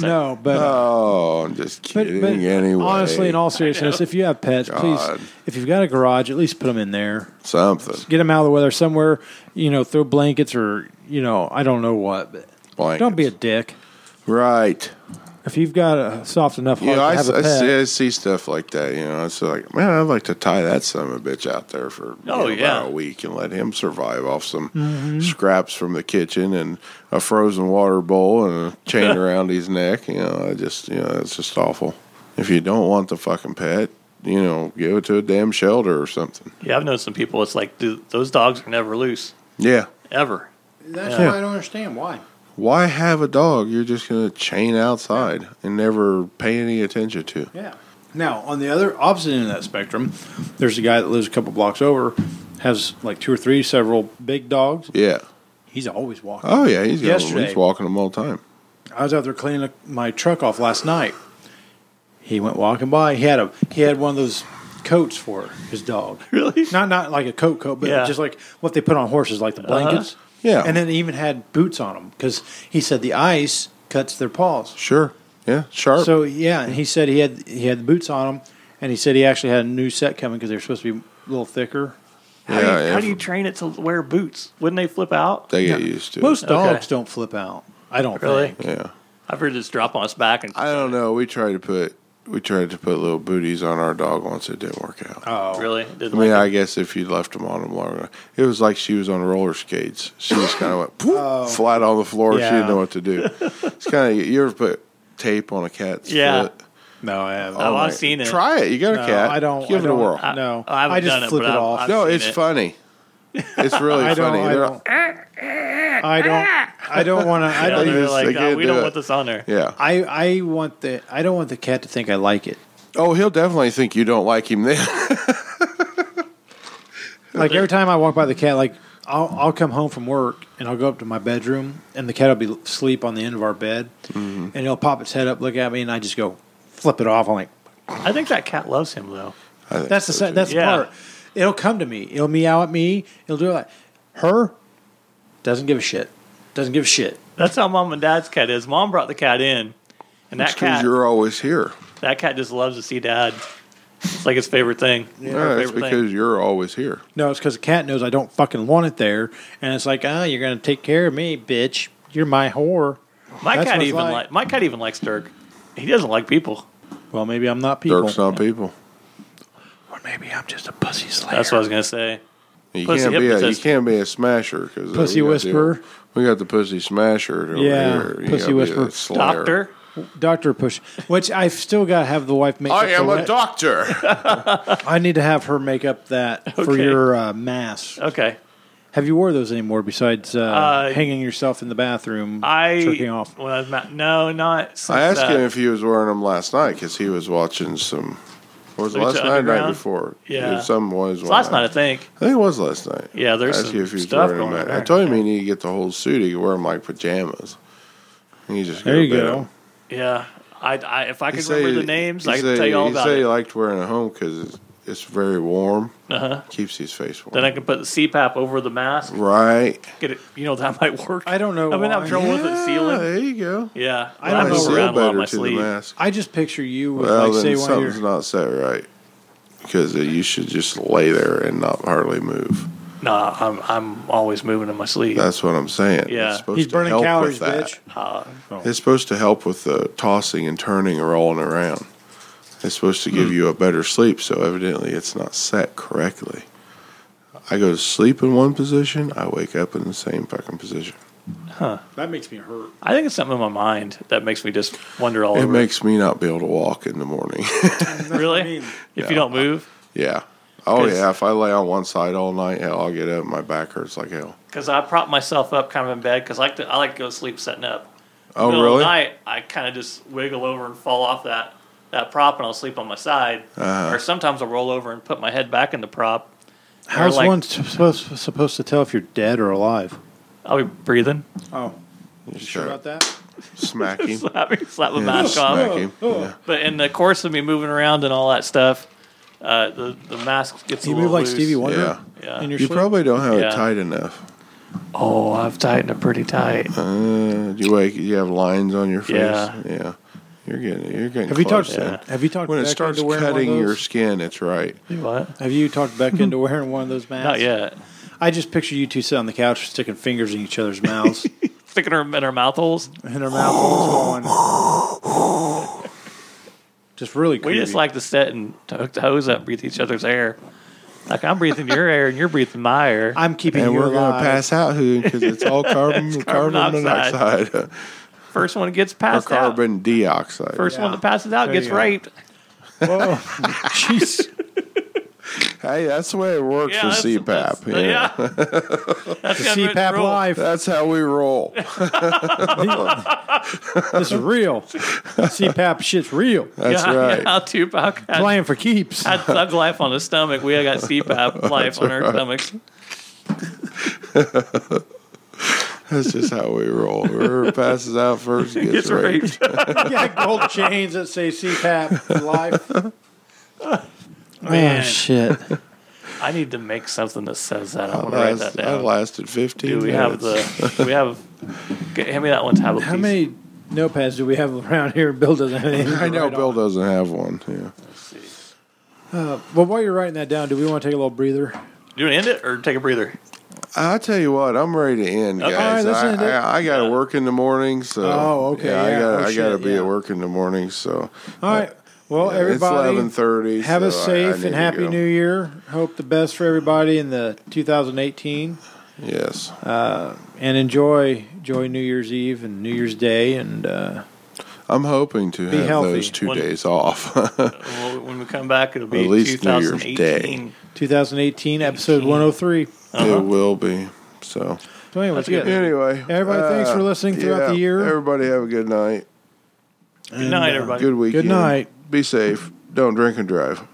Speaker 3: no, but. uh,
Speaker 5: Oh, I'm just
Speaker 3: But,
Speaker 5: kidding.
Speaker 3: but
Speaker 5: anyway,
Speaker 3: honestly, in all seriousness, if you have pets,
Speaker 5: God.
Speaker 3: please, if you've got a garage, at least put them in there.
Speaker 5: something
Speaker 3: Get them out of the weather somewhere. You know, throw blankets or you know, I don't know what. But
Speaker 5: Blankets.
Speaker 3: don't be a dick.
Speaker 5: right.
Speaker 3: If you've got a soft enough heart
Speaker 5: You know, I,
Speaker 3: to have a
Speaker 5: I
Speaker 3: pet,
Speaker 5: see, I see stuff like that. You know, it's like, man, I'd like to tie that son of a bitch out there for you
Speaker 4: Oh,
Speaker 5: know,
Speaker 4: yeah.
Speaker 5: about a week and let him survive off some
Speaker 3: Mm-hmm.
Speaker 5: scraps from the kitchen and a frozen water bowl and a chain around his neck. You know, I just, you know, it's just awful. If you don't want the fucking pet, you know, give it to a damn shelter or something.
Speaker 4: Yeah, I've known some people. It's like dude, those dogs are never loose
Speaker 5: Yeah.
Speaker 4: ever.
Speaker 8: That's
Speaker 5: Yeah.
Speaker 8: why I don't understand why.
Speaker 5: Why have a dog you're just going to chain outside and never pay any attention to?
Speaker 8: Yeah.
Speaker 3: Now, on the other opposite end of that spectrum, there's a guy that lives a couple blocks over, has like two or three, several big dogs.
Speaker 5: Yeah.
Speaker 3: He's always walking.
Speaker 5: Oh, yeah. He's, got,
Speaker 3: Yesterday.
Speaker 5: he's walking them all the time.
Speaker 3: I was out there cleaning up my truck off last night. He went walking by. He had a he had one of those coats for his dog.
Speaker 4: Really?
Speaker 3: Not not like a coat coat, but
Speaker 4: Yeah.
Speaker 3: just like what they put on horses, like the blankets.
Speaker 5: Yeah.
Speaker 3: And then he even had boots on him because he said the ice cuts their paws.
Speaker 5: Sure. Yeah. Sharp.
Speaker 3: So yeah, and he said he had he had the boots on him, and he said he actually had a new set coming because they were supposed to be a little thicker.
Speaker 4: How,
Speaker 5: Yeah,
Speaker 4: do you,
Speaker 5: yeah.
Speaker 4: how do you train it to wear boots? Wouldn't they flip out?
Speaker 5: They get used to
Speaker 3: Most
Speaker 5: it.
Speaker 3: dogs don't flip out. I don't
Speaker 4: Really?
Speaker 3: think.
Speaker 5: Yeah.
Speaker 4: I've heard this drop on its back and
Speaker 5: I don't know. We tried to put we tried to put little booties on our dog once. It didn't work out.
Speaker 3: Oh,
Speaker 4: really did
Speaker 5: I mean, I guess if you left them on them long enough, it was like she was on roller skates. She just kind of went poof,
Speaker 4: Oh.
Speaker 5: flat on the floor. She
Speaker 3: Yeah.
Speaker 5: didn't know what to do. It's kind of you ever put tape on a cat's
Speaker 4: Yeah.
Speaker 5: foot?
Speaker 3: no, I haven't.
Speaker 4: Oh, I've
Speaker 5: Like,
Speaker 4: seen it.
Speaker 5: Try it. You got a
Speaker 3: No,
Speaker 5: cat.
Speaker 3: I don't.
Speaker 5: Give
Speaker 3: I
Speaker 5: it
Speaker 3: don't-
Speaker 5: a whirl.
Speaker 3: No,
Speaker 4: I haven't
Speaker 3: just
Speaker 4: done it,
Speaker 3: flip
Speaker 4: but
Speaker 3: it
Speaker 4: I've-
Speaker 3: off.
Speaker 4: I've-
Speaker 5: no,
Speaker 4: seen
Speaker 5: it's
Speaker 4: it.
Speaker 5: funny. It's really
Speaker 3: I don't.
Speaker 5: funny.
Speaker 3: I
Speaker 5: They're-
Speaker 3: don't. I don't. I don't want to. I
Speaker 4: Yeah,
Speaker 3: don't.
Speaker 4: they're
Speaker 5: just-
Speaker 4: like,
Speaker 5: they
Speaker 4: "Oh,
Speaker 5: can't
Speaker 4: we
Speaker 5: do
Speaker 4: don't
Speaker 5: it."
Speaker 4: want this on there.
Speaker 5: Yeah.
Speaker 3: I. I want the. I don't want the cat to think I like it.
Speaker 5: oh, he'll definitely think you don't like him then.
Speaker 3: Like every time I walk by the cat, like I'll I'll come home from work and I'll go up to my bedroom and the cat will be asleep on the end of our bed and it'll pop its head up, look at me, and I just go flip it off. I'm like,
Speaker 4: I think that cat loves him though.
Speaker 5: I think
Speaker 3: that's the
Speaker 5: so,
Speaker 3: se-
Speaker 5: too.
Speaker 3: that's
Speaker 4: Yeah.
Speaker 3: the part. It'll come to me. It'll meow at me. It'll do it. Like, her doesn't give a shit. Doesn't give a shit.
Speaker 4: That's how mom and dad's cat is. Mom brought the cat in, and that
Speaker 5: It's 'cause
Speaker 4: cat
Speaker 5: you're always here.
Speaker 4: that cat just loves to see dad. It's like his favorite thing. Her
Speaker 5: Yeah, that's
Speaker 4: favorite
Speaker 5: because
Speaker 4: thing.
Speaker 5: you're always here.
Speaker 3: No, it's because the cat knows I don't fucking want it there, and it's like, ah, you're gonna take care of me, bitch. You're my whore.
Speaker 4: my
Speaker 3: that's
Speaker 4: cat
Speaker 3: what it's
Speaker 4: even
Speaker 3: like.
Speaker 4: like my cat even likes Dirk. He doesn't like people.
Speaker 3: Well, maybe I'm not people.
Speaker 5: Dirk's not people.
Speaker 3: Or maybe I'm just a pussy slayer.
Speaker 4: That's what I was gonna say.
Speaker 5: You
Speaker 4: Pussy
Speaker 5: can't be a, you
Speaker 4: hypnotist.
Speaker 5: can't be a smasher uh, because
Speaker 3: Pussy whisperer.
Speaker 5: we got the pussy smasher over
Speaker 3: Yeah,
Speaker 5: here. You
Speaker 3: pussy
Speaker 5: gotta be
Speaker 3: whisperer.
Speaker 5: a slayer.
Speaker 4: Doctor,
Speaker 3: Doctor push, which I've still got to have the wife make.
Speaker 5: I
Speaker 3: up
Speaker 5: am
Speaker 3: for
Speaker 5: a
Speaker 3: that.
Speaker 5: doctor.
Speaker 3: I need to have her make up that for
Speaker 4: Okay.
Speaker 3: your uh, mask.
Speaker 4: okay.
Speaker 3: Have you wore those anymore besides uh,
Speaker 4: Uh,
Speaker 3: hanging yourself in the bathroom,
Speaker 4: I
Speaker 3: jerking off?
Speaker 4: when I was ma- no, not since
Speaker 5: I asked
Speaker 4: that.
Speaker 5: him if he was wearing them last night because he was watching some. or Was it
Speaker 4: Lucha
Speaker 5: last night or the night
Speaker 4: uh, Underground?
Speaker 5: before?
Speaker 4: Yeah.
Speaker 5: some was
Speaker 4: It's last night I think.
Speaker 5: I think it was last night.
Speaker 4: Yeah, there's
Speaker 5: I asked
Speaker 4: some
Speaker 5: you if he was
Speaker 4: stuff
Speaker 5: wearing
Speaker 4: going on
Speaker 5: them. I
Speaker 4: there.
Speaker 5: told him he needed to get the whole suit. He could wear them like pajamas. And he just
Speaker 3: There you
Speaker 5: to bed.
Speaker 3: go.
Speaker 4: Yeah, I, I if I
Speaker 5: He
Speaker 4: could
Speaker 5: say-
Speaker 4: remember the names,
Speaker 5: he
Speaker 4: I could
Speaker 5: say-
Speaker 4: tell you all
Speaker 5: he
Speaker 4: about
Speaker 5: say he
Speaker 4: it.
Speaker 5: liked wearing it at home because it's, it's very warm. Uh-huh. Keeps his face warm.
Speaker 4: Then I can put the CPAP over the mask.
Speaker 5: right.
Speaker 4: Get it, you know that might work.
Speaker 3: I don't know
Speaker 4: I've been
Speaker 3: why.
Speaker 4: having trouble with it
Speaker 5: Yeah,
Speaker 4: sealing.
Speaker 5: there you go.
Speaker 4: Yeah, I
Speaker 3: don't know
Speaker 4: don't move
Speaker 5: Might
Speaker 3: why.
Speaker 5: seal
Speaker 4: around a lot in
Speaker 5: better
Speaker 4: my
Speaker 5: to the
Speaker 4: sleeve.
Speaker 5: mask.
Speaker 3: I just picture you with
Speaker 5: Well,
Speaker 3: like say
Speaker 5: then
Speaker 3: one of your
Speaker 5: something's not set right because you should just lay there and not hardly move.
Speaker 4: Nah, I'm I'm always moving in my sleeve.
Speaker 5: That's what I'm saying.
Speaker 4: Yeah.
Speaker 5: it's supposed
Speaker 3: he's
Speaker 5: to
Speaker 3: burning
Speaker 5: help
Speaker 3: calories,
Speaker 5: with that.
Speaker 3: bitch.
Speaker 5: It's supposed to help with the tossing and turning and rolling around. It's supposed to
Speaker 4: Hmm.
Speaker 5: give you a better sleep, so evidently it's not set correctly. I go to sleep in one position, I wake up in the same fucking position.
Speaker 3: That makes me hurt.
Speaker 4: I think it's something in my mind that makes me just wonder all
Speaker 5: It
Speaker 4: over.
Speaker 5: makes me not be able to walk in the morning.
Speaker 4: really,
Speaker 3: mean.
Speaker 4: if you don't move,
Speaker 5: yeah. Oh
Speaker 4: 'Cause-
Speaker 5: yeah, if I lay on one side all night, hell, I'll get up. My back hurts like hell.
Speaker 4: because I prop myself up kind of in bed because I like to I like to go to sleep sitting up.
Speaker 5: Oh
Speaker 4: Middle Of
Speaker 5: really?
Speaker 4: the night, I kind of just wiggle over and fall off that that prop, and I'll sleep on my side.
Speaker 5: Uh-huh.
Speaker 4: Or sometimes I'll roll over and put my head back in the prop.
Speaker 3: How's
Speaker 4: like-
Speaker 3: one t- supposed supposed to tell if you're dead or alive?
Speaker 4: I'll be breathing.
Speaker 3: Oh,
Speaker 5: You
Speaker 3: about
Speaker 5: start
Speaker 3: that.
Speaker 5: smacking.
Speaker 4: slap, slap my
Speaker 5: Yeah,
Speaker 4: mask Oh, off.
Speaker 5: smack him. Yeah.
Speaker 4: But in the course of me moving around and all that stuff, uh, the the mask gets a
Speaker 3: You
Speaker 4: little
Speaker 3: move like
Speaker 4: loose.
Speaker 3: Stevie Wonder
Speaker 5: Yeah.
Speaker 4: Yeah.
Speaker 3: in your
Speaker 5: You
Speaker 3: sleep?
Speaker 5: probably don't have
Speaker 4: Yeah.
Speaker 5: it tight enough.
Speaker 4: Oh, I've tightened it pretty tight.
Speaker 5: Uh, you wake. You have lines on your face.
Speaker 4: Yeah.
Speaker 5: Yeah, you're getting. You're getting.
Speaker 3: Have you
Speaker 5: close,
Speaker 3: talked?
Speaker 5: man.
Speaker 3: Have you talked?
Speaker 5: When it
Speaker 3: Beck
Speaker 5: starts
Speaker 3: into wearing one of
Speaker 5: cutting your
Speaker 3: those?
Speaker 5: skin, it's right.
Speaker 4: You what?
Speaker 3: Have you talked Beck into wearing one of those masks?
Speaker 4: Not yet.
Speaker 3: I just picture you two sitting on the couch, sticking fingers in each other's mouths,
Speaker 4: Sticking her in her mouth holes.
Speaker 3: and her mouth holes going. Just really
Speaker 4: We
Speaker 3: creepy.
Speaker 4: just like to sit and hook the hose up, breathe each other's air. Like I'm breathing your air and you're breathing my air.
Speaker 3: I'm keeping
Speaker 5: and
Speaker 3: you
Speaker 5: we're going to
Speaker 3: alive.
Speaker 5: pass out who because it's all carbon
Speaker 4: carbon
Speaker 5: carbon,
Speaker 4: monoxide.
Speaker 5: monoxide,
Speaker 4: First one gets
Speaker 5: or
Speaker 4: passed out.
Speaker 5: carbon dioxide.
Speaker 4: First one
Speaker 3: Yeah.
Speaker 4: that passes out
Speaker 3: There
Speaker 4: gets
Speaker 3: you go.
Speaker 4: raped.
Speaker 3: Whoa. Oh, Jeez.
Speaker 5: hey, that's the way it works
Speaker 4: Yeah,
Speaker 5: with
Speaker 4: that's-
Speaker 5: CPAP.
Speaker 4: that's-
Speaker 5: yeah.
Speaker 4: yeah. That's
Speaker 3: The
Speaker 4: government
Speaker 3: CPAP
Speaker 4: rule.
Speaker 3: life.
Speaker 5: That's how we roll.
Speaker 3: This is real. CPAP shit's real.
Speaker 5: That's
Speaker 4: yeah,
Speaker 5: right.
Speaker 4: Yeah, Tupac had,
Speaker 3: Playing for keeps.
Speaker 4: had thug life on his stomach. We got CPAP life on our stomachs.
Speaker 5: That's just how we roll. Whoever passes out first gets,
Speaker 4: Gets
Speaker 5: raped.
Speaker 4: raped.
Speaker 3: yeah, gold chains that say CPAP life.
Speaker 4: Man.
Speaker 3: Oh, shit.
Speaker 4: I need to make something that says that. I
Speaker 5: I,
Speaker 4: want to write
Speaker 5: last,
Speaker 4: that
Speaker 5: Oh, I
Speaker 4: down.
Speaker 5: lasted 15
Speaker 4: Do we
Speaker 5: minutes.
Speaker 4: have the? We have. Get, hand me that one tablet.
Speaker 3: How
Speaker 4: piece.
Speaker 3: many notepads do we have around here? Bill doesn't have anything.
Speaker 5: I
Speaker 3: to
Speaker 5: know
Speaker 3: write
Speaker 5: Bill
Speaker 3: on.
Speaker 5: doesn't have one. Yeah.
Speaker 3: Well, while you're writing that down, do we want to take a little breather?
Speaker 4: Do you want to end it or take a breather?
Speaker 5: I tell you what, I'm ready to end,
Speaker 4: Okay.
Speaker 5: guys.
Speaker 3: All right, let's
Speaker 5: I,
Speaker 3: end it.
Speaker 5: I, I got to work in the morning, so
Speaker 3: Oh, okay,
Speaker 5: Yeah,
Speaker 3: yeah.
Speaker 5: I got
Speaker 3: Oh,
Speaker 5: I got to
Speaker 3: shit,
Speaker 5: be
Speaker 3: yeah.
Speaker 5: at work in the morning, so
Speaker 3: All right. Well,
Speaker 5: Yeah,
Speaker 3: everybody,
Speaker 5: it's eleven thirty.
Speaker 3: have a safe and happy New Year. Hope the best for everybody in the 2018,
Speaker 5: Yes,
Speaker 3: and enjoy enjoy New Year's Eve and New Year's Day. And uh,
Speaker 5: I'm hoping to
Speaker 3: Be
Speaker 5: have
Speaker 3: healthy.
Speaker 5: those two
Speaker 4: One- Uh-huh.
Speaker 5: days off.
Speaker 4: Well, When we come back, it'll be
Speaker 5: At least New Year's
Speaker 4: 2018.
Speaker 3: 2018 episode 103.
Speaker 5: It will be. So
Speaker 3: So anyway, let's get it.
Speaker 5: anyway, uh,
Speaker 3: Everybody, thanks for listening throughout the year.
Speaker 5: Everybody have a good night,
Speaker 4: Good night, everybody.
Speaker 5: good weekend,
Speaker 3: night.
Speaker 5: Be safe. Don't drink and drive.